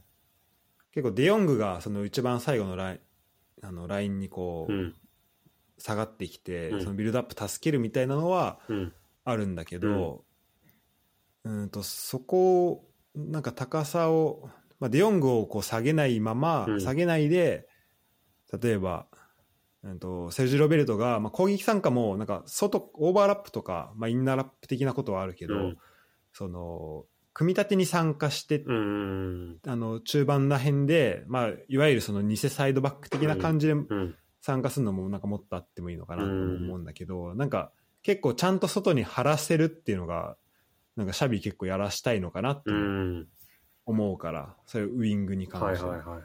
[SPEAKER 1] 結構デヨングがその一番最後のラインあのラインにこ
[SPEAKER 2] う。
[SPEAKER 1] うん下がってきて、
[SPEAKER 2] うん
[SPEAKER 1] そのビルドアップ助けるみたいなのは
[SPEAKER 2] うん。
[SPEAKER 1] あるんだけど、うん、とそこをなんか高さを、まあ、デヨングをこう下げないまま、
[SPEAKER 2] うん
[SPEAKER 1] 下げないで例えば、うん、とセルジ・ロベルトが、まあ、攻撃参加もなんか外オーバーラップとか、まあ、インナーラップ的なことはあるけど、
[SPEAKER 2] うん
[SPEAKER 1] その組み立てに参加して、
[SPEAKER 2] うん。
[SPEAKER 1] あの中盤ら辺で、まあ、いわゆるその偽サイドバック的な感じで
[SPEAKER 2] うん。
[SPEAKER 1] 参加するのもなんかもっとあってもいいのかなと思うんだけど、なんか結構ちゃんと外に張らせるっていうのがなんかシャビ結構やらしたいのかなって
[SPEAKER 2] うん。
[SPEAKER 1] 思うから、それウイングに
[SPEAKER 2] はいは
[SPEAKER 1] 関
[SPEAKER 2] い
[SPEAKER 1] しては、
[SPEAKER 2] はいはい。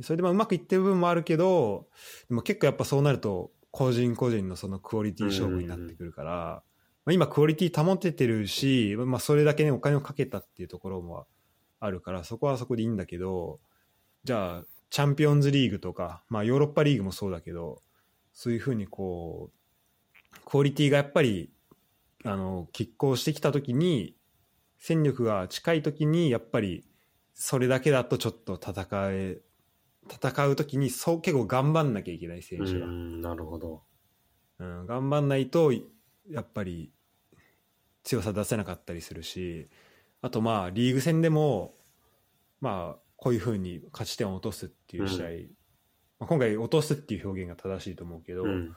[SPEAKER 1] それでまあうまくいってる部分もあるけどでも結構やっぱそうなると個人個人のそのクオリティ勝負になってくるから、まあ、今クオリティ保ててるし、まあ、それだけねお金をかけたっていうところもあるからそこはそこでいいんだけどじゃあチャンピオンズリーグとか、まあ、ヨーロッパリーグもそうだけどそういうふうにこうクオリティがやっぱりあの拮抗してきた時に戦力が近い時にやっぱりそれだけだとちょっと戦え戦う時にそう結構頑張んなきゃいけない選
[SPEAKER 2] う
[SPEAKER 1] 手が、
[SPEAKER 2] ん。なるほど。
[SPEAKER 1] うん、頑張んないとやっぱり強さ出せなかったりするしあとまあリーグ戦でもまあこういうふうに勝ち点を落とすっていう試合、
[SPEAKER 2] う
[SPEAKER 1] まあ、今回落とすっていう表現が正しいと思うけど、
[SPEAKER 2] うん。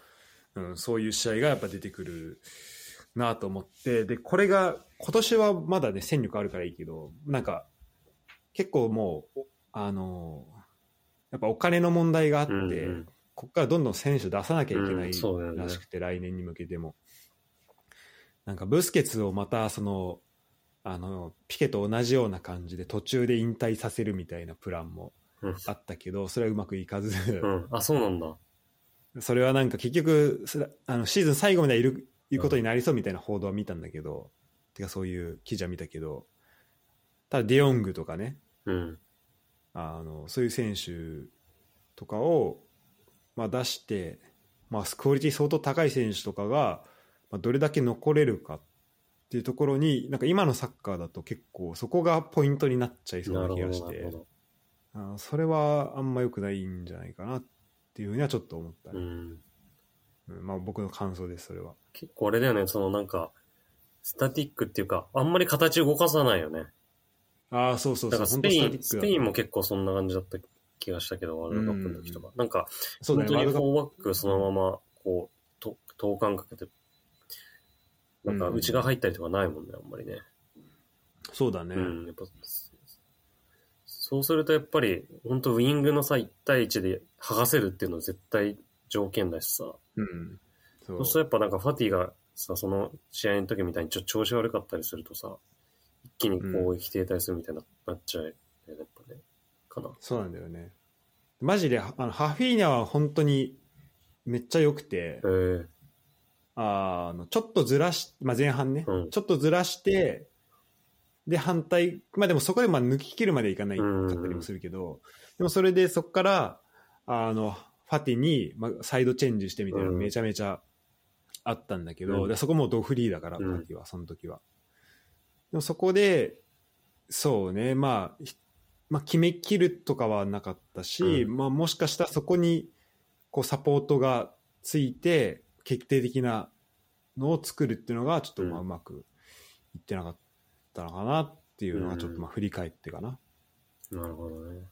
[SPEAKER 1] うん、そういう試合がやっぱ出てくるなと思ってでこれが今年はまだね戦力あるからいいけどなんか結構もうおあのーやっぱお金の問題があって、
[SPEAKER 2] うんうん
[SPEAKER 1] ここからどんどん選手出さなきゃいけな
[SPEAKER 2] う
[SPEAKER 1] い
[SPEAKER 2] んそうだよね
[SPEAKER 1] らしくて、来年に向けてもなんかブスケツをまたそのあのピケと同じような感じで途中で引退させるみたいなプランも
[SPEAKER 2] うん
[SPEAKER 1] あったけどそれはうまくいかず、
[SPEAKER 2] うん。あ、そうなんだ。
[SPEAKER 1] それはなんか結局すらあのシーズン最後までいるいうことになりそうみたいな報道は見たんだけど、てかそういう記事は見たけどただデヨングとかね
[SPEAKER 2] うん。
[SPEAKER 1] あのそういう選手とかを、まあ、出して、まあ、クオリティ相当高い選手とかが、まあ、どれだけ残れるかっていうところになんか今のサッカーだと結構そこがポイントになっちゃいそう
[SPEAKER 2] な
[SPEAKER 1] な
[SPEAKER 2] るほ
[SPEAKER 1] 気がし
[SPEAKER 2] ど。な
[SPEAKER 1] て
[SPEAKER 2] るほ
[SPEAKER 1] あのそれはあんま良くないんじゃないかなっていうふうにはちょっと思ったね、
[SPEAKER 2] ど。うん。
[SPEAKER 1] うんまあ、僕の感想ですそれは。
[SPEAKER 2] 結構あれだよね、そのなんか、スタティックっていうか、あんまり形動かさないよね。
[SPEAKER 1] ああ、そうそう
[SPEAKER 2] だ
[SPEAKER 1] そ
[SPEAKER 2] か
[SPEAKER 1] う。
[SPEAKER 2] らスペイン、スペインも
[SPEAKER 1] 結
[SPEAKER 2] 結構そんな感じだった気がしたけど、ワールドカップの時とか。なんか、
[SPEAKER 1] 構、そうだね、ワー
[SPEAKER 2] 本当
[SPEAKER 1] ル
[SPEAKER 2] に
[SPEAKER 1] ドカッ
[SPEAKER 2] フォーバックそのまま、こう、と等間かけて、なんか
[SPEAKER 1] うん
[SPEAKER 2] 内が入ったりとかないもんね、あんまりね。
[SPEAKER 1] プそうだね。
[SPEAKER 2] うん、やっぱ、そうするとやっぱり、本当ウイングのさ、1対1で剥がせるっていうのは絶対条件だしさ。
[SPEAKER 1] うん。そ
[SPEAKER 2] そううするとやっぱなんかファティがさ、その試合の時みたいにちょ調子悪かったりするとさ、一気に攻撃停滞するみたいになっちゃうよね、やっぱね。かな。
[SPEAKER 1] そうなんだよね。マジで、あのハフィーニャは本当にめっちゃ良くて、
[SPEAKER 2] えー、
[SPEAKER 1] あのちょっとずらし、まあ、前半ね、
[SPEAKER 2] うん
[SPEAKER 1] ちょっとずらして、で、反対、まあでもそこでまあ抜き切るまでいかないかったりもするけど、でもそれでそこから、あの、ファティに、まあ、サイドチェンジしてみたいなの
[SPEAKER 2] うん
[SPEAKER 1] めちゃめちゃあったんだけど、
[SPEAKER 2] うん
[SPEAKER 1] でそこもドフリーだから、
[SPEAKER 2] うん
[SPEAKER 1] ファティは、その時は。でもそこで、そうね、まあ、ひまあ、決めきるとかはなかったし、
[SPEAKER 2] う
[SPEAKER 1] まあ、もしかしたらそこにこうサポートがついて決定的なのを作るっていうのがちょっとまあ
[SPEAKER 2] う
[SPEAKER 1] うんまくいってなかったのかなっていうのがちょっとまあ振り返ってかな、
[SPEAKER 2] なるほどね。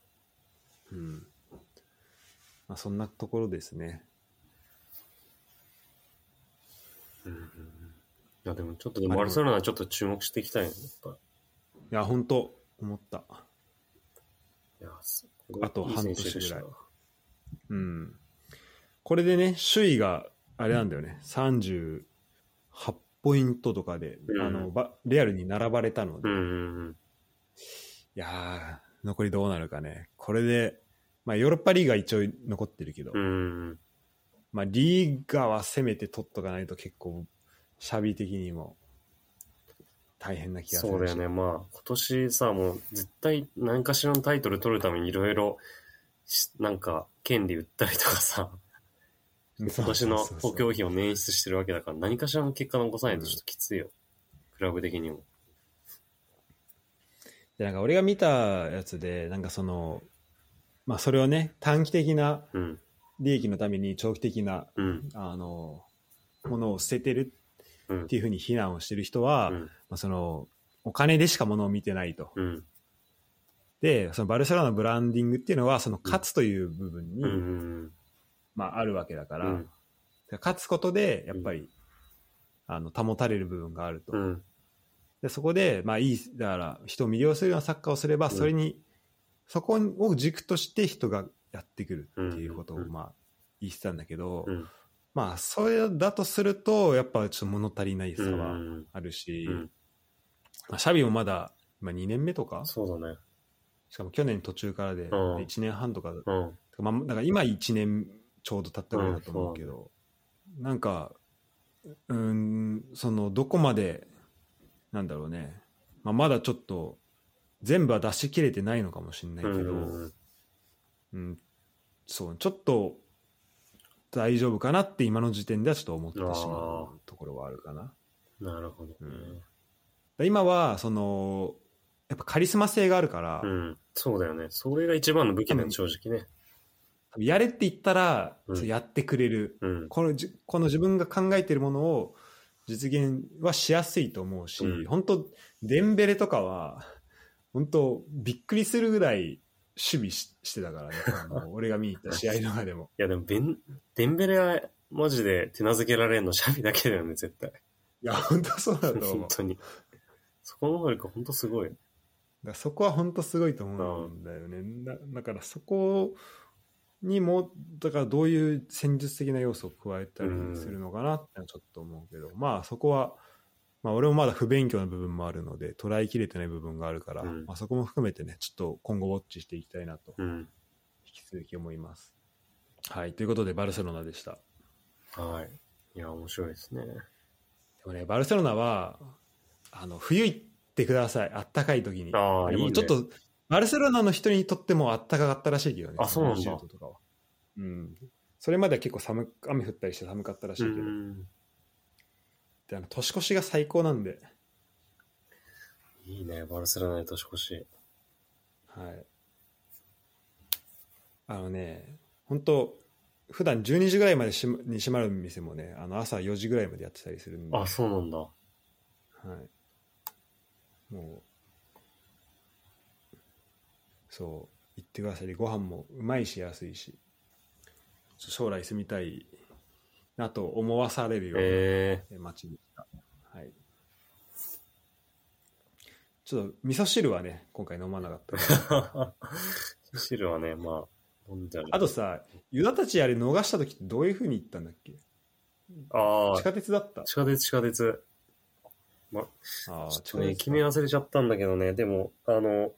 [SPEAKER 1] うんまあ、そんなところですね
[SPEAKER 2] うんうんうん。いや、でもちょっと、でもバルセロナはちょっと注目していきたいね。やっぱ
[SPEAKER 1] いや本当思った
[SPEAKER 2] いやすごい
[SPEAKER 1] あと
[SPEAKER 2] いい
[SPEAKER 1] 半
[SPEAKER 2] 選
[SPEAKER 1] 年
[SPEAKER 2] 手でした
[SPEAKER 1] ぐらいうんこれでね首位があれなんだよね38ポイントとかで、
[SPEAKER 2] うん
[SPEAKER 1] あのばレアルに並ばれたので
[SPEAKER 2] うんうんうん。
[SPEAKER 1] いやー、残りどうなるかね。これで、まあ、ヨーロッパリーガ一応残ってるけど、
[SPEAKER 2] うんうんうん。
[SPEAKER 1] まあ、リーガはせめて取っとかないと結構、シャビ的にも大変な気がするし
[SPEAKER 2] そうだよね。まあ、今年さ、もう絶対何かしらのタイトル取るためにいろいろ、しなんか、権利売ったりとか さ、
[SPEAKER 1] うん
[SPEAKER 2] 今年の
[SPEAKER 1] そうそうそう
[SPEAKER 2] 補強費を捻出してるわけだから、何かしらの結果残さないとちょっときついよ。クラブ的にも。
[SPEAKER 1] で、なんか俺が見たやつで、なんかその、まあ、それをね、短期的な
[SPEAKER 2] うん。
[SPEAKER 1] 利益のために長期的な、
[SPEAKER 2] うん。
[SPEAKER 1] あの、ものを捨ててる
[SPEAKER 2] うん
[SPEAKER 1] っていうふうに非難をしてる人は、
[SPEAKER 2] う
[SPEAKER 1] ま
[SPEAKER 2] ん。
[SPEAKER 1] あ、その、お金でしかものを見てないと。
[SPEAKER 2] うん。
[SPEAKER 1] でそのバルセロナのブランディングっていうのはその勝つという部分に、
[SPEAKER 2] うんうん
[SPEAKER 1] まあ、あるわけだか
[SPEAKER 2] う
[SPEAKER 1] ら、
[SPEAKER 2] ん。
[SPEAKER 1] 勝つことでやっぱり、あの保たれる部分があると、
[SPEAKER 2] うん。
[SPEAKER 1] でそこで、まあ、いいだから人を魅了するようなサッカーをすれば
[SPEAKER 2] うん
[SPEAKER 1] それに、そこを軸として人がやってくるっていうことを、
[SPEAKER 2] うん
[SPEAKER 1] まあ、言ってたんだけど、
[SPEAKER 2] うん。
[SPEAKER 1] まあそれだとするとやっぱちょっと物足りない差
[SPEAKER 2] うん
[SPEAKER 1] はあるし、
[SPEAKER 2] うん
[SPEAKER 1] まあ、シャビもまだ今2年目とか
[SPEAKER 2] そうだね。
[SPEAKER 1] しかも去年途中からで
[SPEAKER 2] うん
[SPEAKER 1] 1年半とか
[SPEAKER 2] うん。
[SPEAKER 1] まあ、だから今1年ちょうど経ったぐらいだと思うけど、なんかうーんそのどこまでなんだろうね、まあ、まだちょっと全部は出し切れてないのかもしれないけ
[SPEAKER 2] うん
[SPEAKER 1] ど、
[SPEAKER 2] う
[SPEAKER 1] うん
[SPEAKER 2] ん
[SPEAKER 1] そうちょっと大丈夫かなって今の時点ではちょっと思ってしま
[SPEAKER 2] あ
[SPEAKER 1] うところはあるかな。だか
[SPEAKER 2] なるほどね。
[SPEAKER 1] ら今はそのやっぱカリスマ性があるから、
[SPEAKER 2] うん。そうだよね。それが一番の武器だよ、正直ね。
[SPEAKER 1] やれって言ったら、
[SPEAKER 2] うん
[SPEAKER 1] そうやってくれる
[SPEAKER 2] うん。
[SPEAKER 1] このじこの自分が考えているものを実現はしやすいと思うし、
[SPEAKER 2] うん
[SPEAKER 1] 本当デンベレとかは本当びっくりするぐらい守備ししてたからねあの 俺が見に行った試合の中でも
[SPEAKER 2] いや、でもベン、デンベレは、マジで手なずけられるのシャビだけだよね、絶対。
[SPEAKER 1] いや本当そうだと思う
[SPEAKER 2] 本
[SPEAKER 1] だか
[SPEAKER 2] 当に。そこの能力本当すごい。
[SPEAKER 1] らそこは本当すごいと思うんだよね、だだからそこにもだからどういう戦術的な要素を加えたりするのかなってのはちょっと思うけど、まあそこはまあ、俺もまだ不勉強な部分もあるので捉えきれてない部分があるから、
[SPEAKER 2] うん
[SPEAKER 1] まあ、そこも含めてねちょっと今後ウォッチしていきたいなと
[SPEAKER 2] うん。
[SPEAKER 1] 引き続き思います。はいということでバルセロナでした。
[SPEAKER 2] はい。いや、面白いですね。
[SPEAKER 1] でもねバルセロナはあの冬行ってくださいあったかい時に。
[SPEAKER 2] ああ、
[SPEAKER 1] で
[SPEAKER 2] いい、
[SPEAKER 1] も
[SPEAKER 2] ね。
[SPEAKER 1] ちょっとバルセロナの人にとってもあったかかったらしいけどね
[SPEAKER 2] あそうなんだ
[SPEAKER 1] 20度とかは、うん、それまでは結構寒く雨降ったりして寒かったらしいうけど、
[SPEAKER 2] ん。
[SPEAKER 1] であの年越しが最高なんで、
[SPEAKER 2] いいね、バルセロナで年越し。
[SPEAKER 1] はい。あのね、本当普段12時ぐらいまでしまに閉まる店もね、あの朝4時ぐらいまでやってたりするんで、
[SPEAKER 2] あ、そうなんだ。
[SPEAKER 1] はい。もう、そう、行ってください。ご飯もうまいし安いし、ちょ将来住みたいなと思わされるような
[SPEAKER 2] え
[SPEAKER 1] えー町でした。はい。ちょっと味噌汁はね、今回飲まなかったけど
[SPEAKER 2] えー。汁はね、まあ、飲んである。
[SPEAKER 1] あとさ、ユダたちあれ逃した時ってどういう風に行ったんだっけ
[SPEAKER 2] あ
[SPEAKER 1] 地
[SPEAKER 2] あ、
[SPEAKER 1] 下鉄だった
[SPEAKER 2] 地下鉄、地下鉄。
[SPEAKER 1] ああ、
[SPEAKER 2] ちょっ
[SPEAKER 1] 地
[SPEAKER 2] と
[SPEAKER 1] 下
[SPEAKER 2] ね、
[SPEAKER 1] 鉄
[SPEAKER 2] 決め忘れちゃったんだけどね、でも、あの、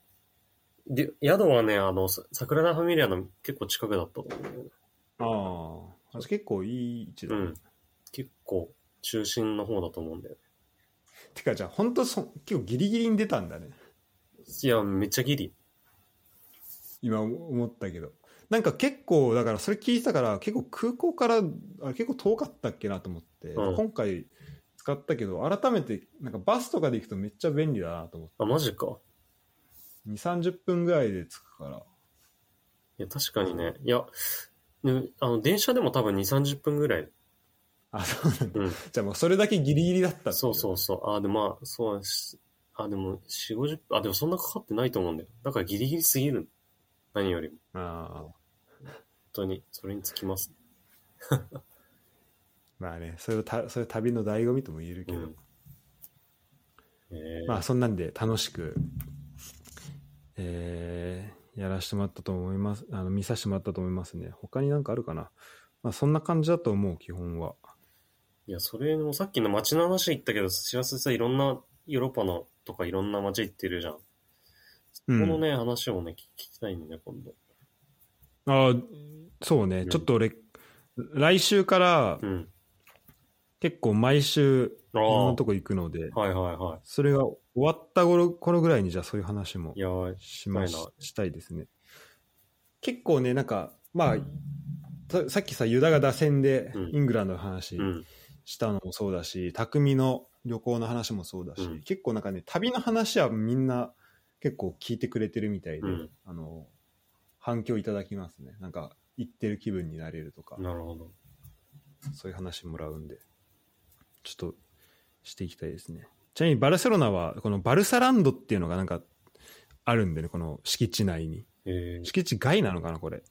[SPEAKER 2] で宿はね、あの、さ桜田ファミリアの結構近くだったと思うんだよね。
[SPEAKER 1] ああ、あ結構いい位置だ
[SPEAKER 2] う
[SPEAKER 1] ね。
[SPEAKER 2] ん。結構、中心の方だと思うんだよね。
[SPEAKER 1] てかじゃあ、ほんとそ、結構ギリギリに出たんだね。
[SPEAKER 2] いや、めっちゃギリ。
[SPEAKER 1] 今思ったけど。なんか結構、だからそれ聞いてたから、結構空港から、あれ結構遠かったっけなと思って、
[SPEAKER 2] うん
[SPEAKER 1] 今回使ったけど、改めて、なんかバスとかで行くとめっちゃ便利だなと思って。
[SPEAKER 2] あ、マジか。
[SPEAKER 1] 2、30分ぐらいで着くから。
[SPEAKER 2] いや、確かにね。いや、ねあの、電車でも多分2、30分ぐらい。
[SPEAKER 1] あ、そうなんだ。
[SPEAKER 2] うん
[SPEAKER 1] じゃあもうそれだけギリギリだったってい
[SPEAKER 2] そうそうそう。あー、でもまあ、そうし、あ、でも、4、50分、あ、でもそんなかかってないと思うんだよ。だからギリギリすぎる。何よりも。
[SPEAKER 1] ああ。
[SPEAKER 2] 本当に、それにつきます。
[SPEAKER 1] まあね、それをたそれ旅の醍醐味とも言えるけ
[SPEAKER 2] う
[SPEAKER 1] ど、
[SPEAKER 2] ん。えー、
[SPEAKER 1] まあそんなんで楽しく、えーやらせてもらったと思います。あの見させてもらったと思いますね。他になんかあるかな。まあそんな感じだと思う、基本は。
[SPEAKER 2] いや、それもさっきの街の話言ったけど、知らせさ、いろんなヨーロッパのとかいろんな街行ってるじゃん。こ
[SPEAKER 1] うん
[SPEAKER 2] のね、話をね、聞きたいんだよね、今度。
[SPEAKER 1] ああ、そうね、
[SPEAKER 2] うん
[SPEAKER 1] ちょっと俺、来週から
[SPEAKER 2] うん。
[SPEAKER 1] 結構毎週い
[SPEAKER 2] ああ
[SPEAKER 1] ろんなとこ行くので、
[SPEAKER 2] はいはいは
[SPEAKER 1] それが終わった頃頃ぐらいにじゃあそういう話も
[SPEAKER 2] い。いやー、
[SPEAKER 1] しまし
[SPEAKER 2] したいな
[SPEAKER 1] したいですね。結構ね、なんか、まあ、ささっきさ、ユダが打線で
[SPEAKER 2] うん
[SPEAKER 1] イングランドの話
[SPEAKER 2] うん。
[SPEAKER 1] したのもそうだし、匠の旅行の話もそうだし、
[SPEAKER 2] うん
[SPEAKER 1] 結構なんかね、旅の話はみんな結構聞いてくれてるみたいで、
[SPEAKER 2] うん
[SPEAKER 1] あの、反響いただきますね。なんか、行ってる気分になれるとか、
[SPEAKER 2] なるほど。
[SPEAKER 1] そういう話もらうんで、ちょっとしていきたいですね。ちなみにバルセロナは、このバルサランドっていうのがなんかあるんでね、この敷地内に。
[SPEAKER 2] えー、
[SPEAKER 1] 敷地外なのかなこれで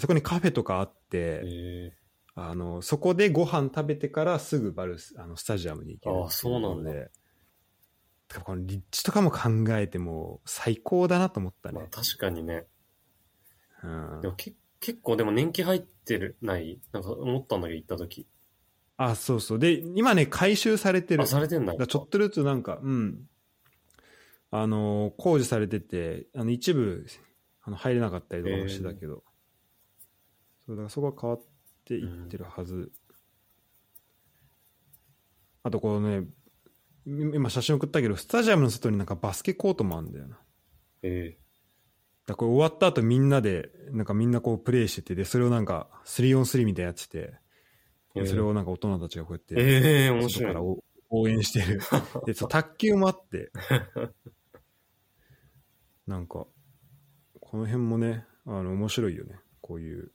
[SPEAKER 1] そこにカフェとかあって、
[SPEAKER 2] え
[SPEAKER 1] あのそこでご飯食べてからすぐバルスあのスタジアムに行ける
[SPEAKER 2] あそうなんだ
[SPEAKER 1] っていのでてかこの立地とかも考えてもう最高だなと思った
[SPEAKER 2] ー、まあ
[SPEAKER 1] ね、
[SPEAKER 2] 確かにね。
[SPEAKER 1] うん
[SPEAKER 2] でもけ結構でも年季入ってる、ないなんか思ったんだけど、行った時。
[SPEAKER 1] あそうそうで今ね回収されてる
[SPEAKER 2] あ、されてん
[SPEAKER 1] だ
[SPEAKER 2] だ
[SPEAKER 1] か。らちょっとずつなんか、うん、あの工事されてて、あの一部あの入れなかったりとかもしてたけど、そうだからそこは変わっていってるはず。あとこのね、今今写真送ったけど、スタジアムの外になんかバスケコートもあるんだよな。だか
[SPEAKER 2] え
[SPEAKER 1] らこれ終わった後みんなで、なんかみんなこうプレイしてて、で、それをなんか 3on3 みたいなやってて、
[SPEAKER 2] ー、え
[SPEAKER 1] で
[SPEAKER 2] ー、
[SPEAKER 1] それをなんか大人たちがこうやって、
[SPEAKER 2] えー、面
[SPEAKER 1] 外
[SPEAKER 2] 白
[SPEAKER 1] か
[SPEAKER 2] い
[SPEAKER 1] ら。お応援してるでそう卓球もあ ってなんかこの辺もねあの面白いよねこういう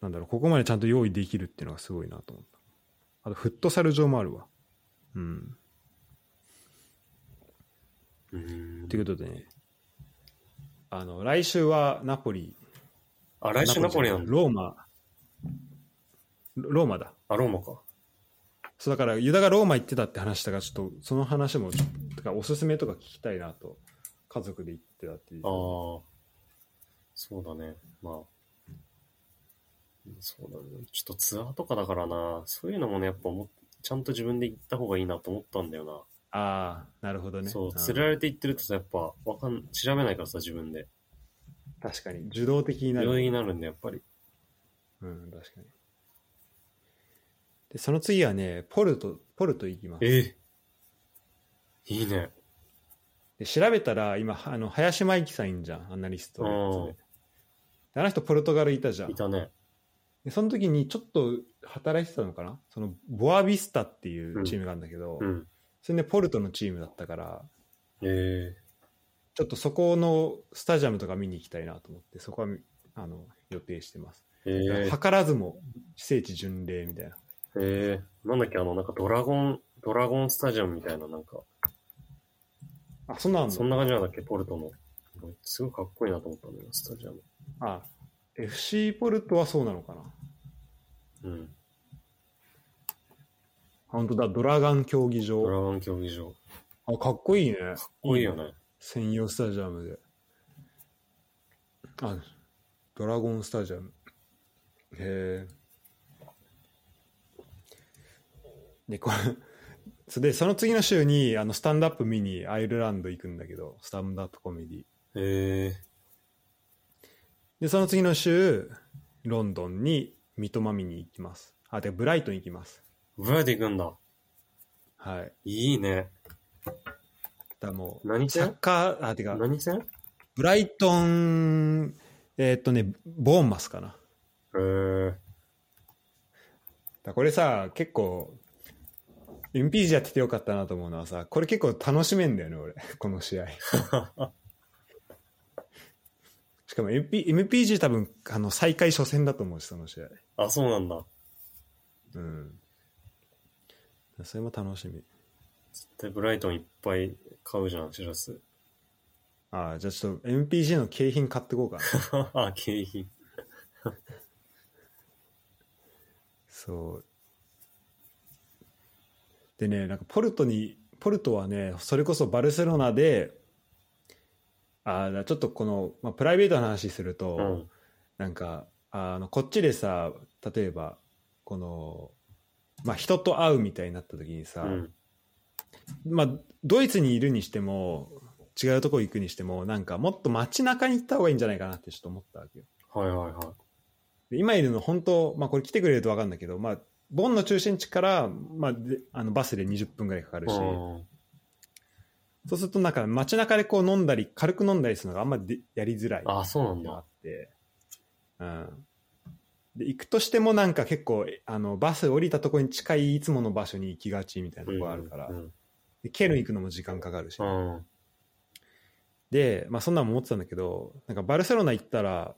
[SPEAKER 1] なんだろうここまでちゃんと用意できるっていうのがすごいなと思ったあとフットサル場もあるわうん
[SPEAKER 2] うん
[SPEAKER 1] ということでねあの来週はナポリ
[SPEAKER 2] あ、来週ナポリなんだ。
[SPEAKER 1] ローマロローマだ
[SPEAKER 2] あ、ローマか。
[SPEAKER 1] そうだからユダがローマ行ってたって話したからちょっとその話もちょっとてかおすすめとか聞きたいなと家族で行ってたっていう
[SPEAKER 2] ああ、そうだね。まあ、うんそうだね。ちょっとツアーとかだからな、そういうのもね、やっぱもちゃんと自分で行った方がいいなと思ったんだよ
[SPEAKER 1] ああなるほど
[SPEAKER 2] な。
[SPEAKER 1] ね
[SPEAKER 2] そう、
[SPEAKER 1] ん
[SPEAKER 2] 連れられて行ってるとさ、やっぱ、わかん、調べないからさ、自分で。
[SPEAKER 1] 確かに受動的になる
[SPEAKER 2] 病院になるんで、やっぱり。
[SPEAKER 1] うん確かにでその次はねポルトポルト行きます
[SPEAKER 2] ええいいね。
[SPEAKER 1] で調べたら今あの林真紀さんいんじゃんアナリストのやつ
[SPEAKER 2] うん
[SPEAKER 1] でであの人ポルトガルいたじゃん
[SPEAKER 2] いたね。
[SPEAKER 1] でその時にちょっと働いてたのかなそのボアビスタっていうチームがあるんだけど、
[SPEAKER 2] うん。
[SPEAKER 1] それでポルトのチームだったから
[SPEAKER 2] え
[SPEAKER 1] ちょっとそこのスタジアムとか見に行きたいなと思って、そこはあの予定してます。
[SPEAKER 2] ええ
[SPEAKER 1] 図らずも聖地巡礼みたいな。
[SPEAKER 2] えええなんだっけ、あの、なんかドラゴン、ドラゴンスタジアムみたいな、なんか、
[SPEAKER 1] あ、そんなんあん
[SPEAKER 2] そ
[SPEAKER 1] の
[SPEAKER 2] んな感じなんだっけ、ポルトの。すごいかっこいいなと思ったんだよな、スタジアム。
[SPEAKER 1] あ、FC ポルトはそうなのかな。あ
[SPEAKER 2] うん。
[SPEAKER 1] 本当だ、ドラガン競技
[SPEAKER 2] ドラ
[SPEAKER 1] 場。
[SPEAKER 2] ゴン競技場。か
[SPEAKER 1] あ、かっこいいね。
[SPEAKER 2] っこいいよね。
[SPEAKER 1] 専用スタジアムで。あ、ドラゴンスタジアム。へえ。で、これ、そで、その次の週に、あの、スタンドアップ見にアイルランド行くんだけど、スタンドアップコメディ。
[SPEAKER 2] へえ
[SPEAKER 1] で、その次の週、ロンドンに三笘見に行きます。あ、で、ブライトン行きます。
[SPEAKER 2] ブライト行くんだ。
[SPEAKER 1] はい。だか
[SPEAKER 2] いいね。
[SPEAKER 1] らもう、
[SPEAKER 2] 何
[SPEAKER 1] サ
[SPEAKER 2] 戦
[SPEAKER 1] ッカー、あ、てか、
[SPEAKER 2] 何戦へ
[SPEAKER 1] ブライトン、えーっとね、ボーンマスかな。
[SPEAKER 2] え
[SPEAKER 1] だこれさ結構 MPG やって てよかったなと思うのはさこれ結構楽しめんだよね俺この試合しかも MP MPG 多分あの最下位初戦だと思うしその試合、
[SPEAKER 2] あ、そうなんだ。
[SPEAKER 1] うん、それも楽しみ
[SPEAKER 2] 絶対ブライトンいっぱい買うじゃん、シ ラス。
[SPEAKER 1] ああじゃあちょっと MPG の景品買ってこうかな
[SPEAKER 2] あ、景品。
[SPEAKER 1] そうでねなんかポルトにポルトはねそれこそバルセロナであーちょっとこの、まあ、プライベートな話すると、
[SPEAKER 2] うん。
[SPEAKER 1] なんかあのこっちでさ例えばこの、まあ、人と会うみたいになった時に
[SPEAKER 2] う
[SPEAKER 1] さ、
[SPEAKER 2] ん。
[SPEAKER 1] まあ、ドイツにいるにしても違うとこ行くにしてもなんかもっと街中に行った方がいいんじゃないかなってちょっと思ったわけよ。
[SPEAKER 2] はいはいは
[SPEAKER 1] で今いるの本当、まあ、これ来てくれると分かるんだけど、まあ、ボンの中心地から、まあ、であのバスで20分ぐらいかかる
[SPEAKER 2] い。
[SPEAKER 1] し、
[SPEAKER 2] うん。
[SPEAKER 1] そうするとなんか街中でこう飲んだり軽く飲んだりするのがあんまりでやりづらい。
[SPEAKER 2] あ、そうなん
[SPEAKER 1] のがあ
[SPEAKER 2] だ。
[SPEAKER 1] って、うん、で行くとしてもなんか結構えあのバス降りたとこに近いいつもの場所に行きがちみたいなとこあるから、
[SPEAKER 2] うん。
[SPEAKER 1] でケルン行くのも時間かかるし、
[SPEAKER 2] うん。
[SPEAKER 1] で、まあ、そんなのも思ってたんだけどなんかバルセロナ行ったら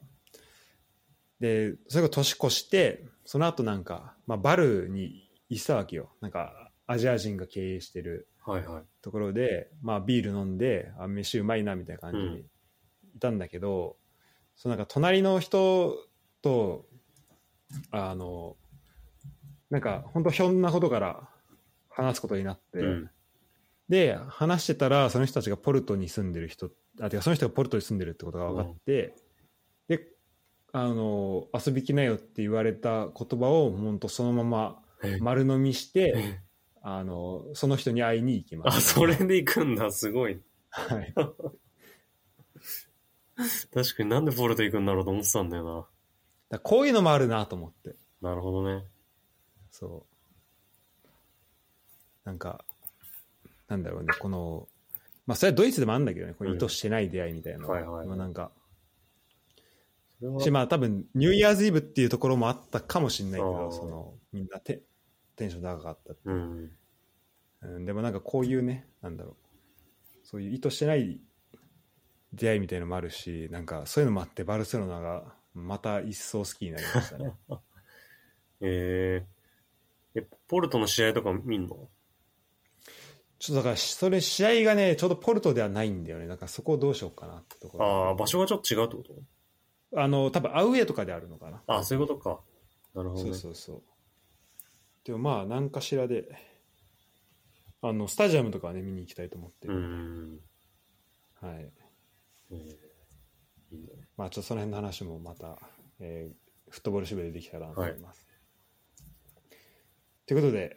[SPEAKER 1] でそれが年越してその後なんか、まあ、バルに行ってたわけよなんかアジア人が経営してる
[SPEAKER 2] はいはい。
[SPEAKER 1] ところで、まあ、ビール飲んであ飯うまいなみたいな感じ
[SPEAKER 2] うん
[SPEAKER 1] にいたんだけど、そのなんか隣の人とあのなんか本当ひょんなことから話すことになって、
[SPEAKER 2] うん。
[SPEAKER 1] で話してたらその人たちがポルトに住んでる人あてかその人がポルトに住んでるってことが分かって、であの遊び来なよって言われた言葉を本当そのまま
[SPEAKER 2] え
[SPEAKER 1] 丸飲みして
[SPEAKER 2] え
[SPEAKER 1] あのその人に会いに行きま
[SPEAKER 2] あ、
[SPEAKER 1] す
[SPEAKER 2] それで行くんだ。すごい。
[SPEAKER 1] はい
[SPEAKER 2] 確かになんでポルト行くんだろうと思ってたんだよ
[SPEAKER 1] だからこういうのもあるなと思って
[SPEAKER 2] な。なるほどね。
[SPEAKER 1] そうなんかなんだろうねこのまあそれはドイツでもあるんだけどねこう
[SPEAKER 2] うん
[SPEAKER 1] 意図してない出会いみたいなの
[SPEAKER 2] はいはい
[SPEAKER 1] まあなんか
[SPEAKER 2] それは
[SPEAKER 1] しまあ多分ニューイヤーズイブっていうところもあったかもしれないけ
[SPEAKER 2] あ
[SPEAKER 1] ど
[SPEAKER 2] ー
[SPEAKER 1] そのみんなテテンション高かった、
[SPEAKER 2] うん。
[SPEAKER 1] うん、でもなんかこういうねなんだろうそういう意図してない出会いみたいのもあるしなんかそういうのもあってバルセロナがまた一層好きになりましたね
[SPEAKER 2] えー、え、ポルトの試合とか見んの
[SPEAKER 1] ちょっとだからそれ試合がねちょうどポルトではないんだよねなんかそこをどうしようかなってところ
[SPEAKER 2] ああ、場所がちょっと違うってこと
[SPEAKER 1] あの多分アウェーとかであるのかな
[SPEAKER 2] あそういうことか。なるほど、
[SPEAKER 1] そ
[SPEAKER 2] ね。
[SPEAKER 1] うそうそうでもまあ何かしらであのスタジアムとかはね見に行きたいと思って
[SPEAKER 2] う
[SPEAKER 1] る、
[SPEAKER 2] ん。
[SPEAKER 1] はい
[SPEAKER 2] えーいいね
[SPEAKER 1] まあちょっとその辺の話もまた、えーフットボール渋谷でできたらなと思います、ということで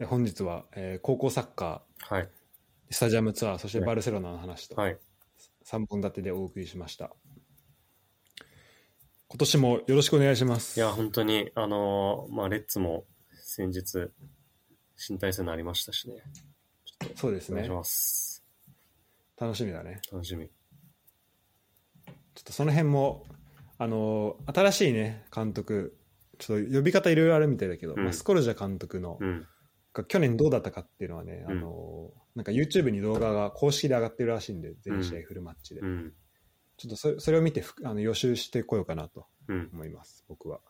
[SPEAKER 1] え本日は、えー高校サッカ
[SPEAKER 2] はい。
[SPEAKER 1] ースタジアムツアーそしてバルセロナの話と
[SPEAKER 2] はい。
[SPEAKER 1] 3本立てでお送りしました、今年もよろしくお願いします
[SPEAKER 2] いや、本当に、あのーまあ、レッツも先日、新体制になりましたしね。ちょっと、
[SPEAKER 1] そうです
[SPEAKER 2] お願い
[SPEAKER 1] ね
[SPEAKER 2] します。
[SPEAKER 1] 楽しみだね
[SPEAKER 2] 楽しみ。
[SPEAKER 1] ちょっとその辺も、あの新しいね、監督、ちょっと呼び方いろいろあるみたいだけど、
[SPEAKER 2] うん
[SPEAKER 1] まあスコルジャ監督の、
[SPEAKER 2] うん。
[SPEAKER 1] が去年どうだったかっていうのはね、
[SPEAKER 2] うん
[SPEAKER 1] あのなんか YouTube に動画が公式で上がってるらしいんで、全試合フルマッチで。
[SPEAKER 2] うん。
[SPEAKER 1] ちょっとそそれを見てふあの予習してこようかなと
[SPEAKER 2] うん。
[SPEAKER 1] 思います、僕は。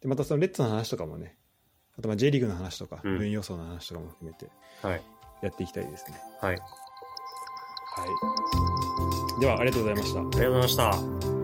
[SPEAKER 1] で、またそのレッツの話とかもね、あとまあ J リーグの話とか、
[SPEAKER 2] うん
[SPEAKER 1] 分予想の話とかも含めて
[SPEAKER 2] はい。
[SPEAKER 1] やっていきたいですね。
[SPEAKER 2] はい。あり
[SPEAKER 1] はい。では、ありがとうございました。
[SPEAKER 2] がとうございました。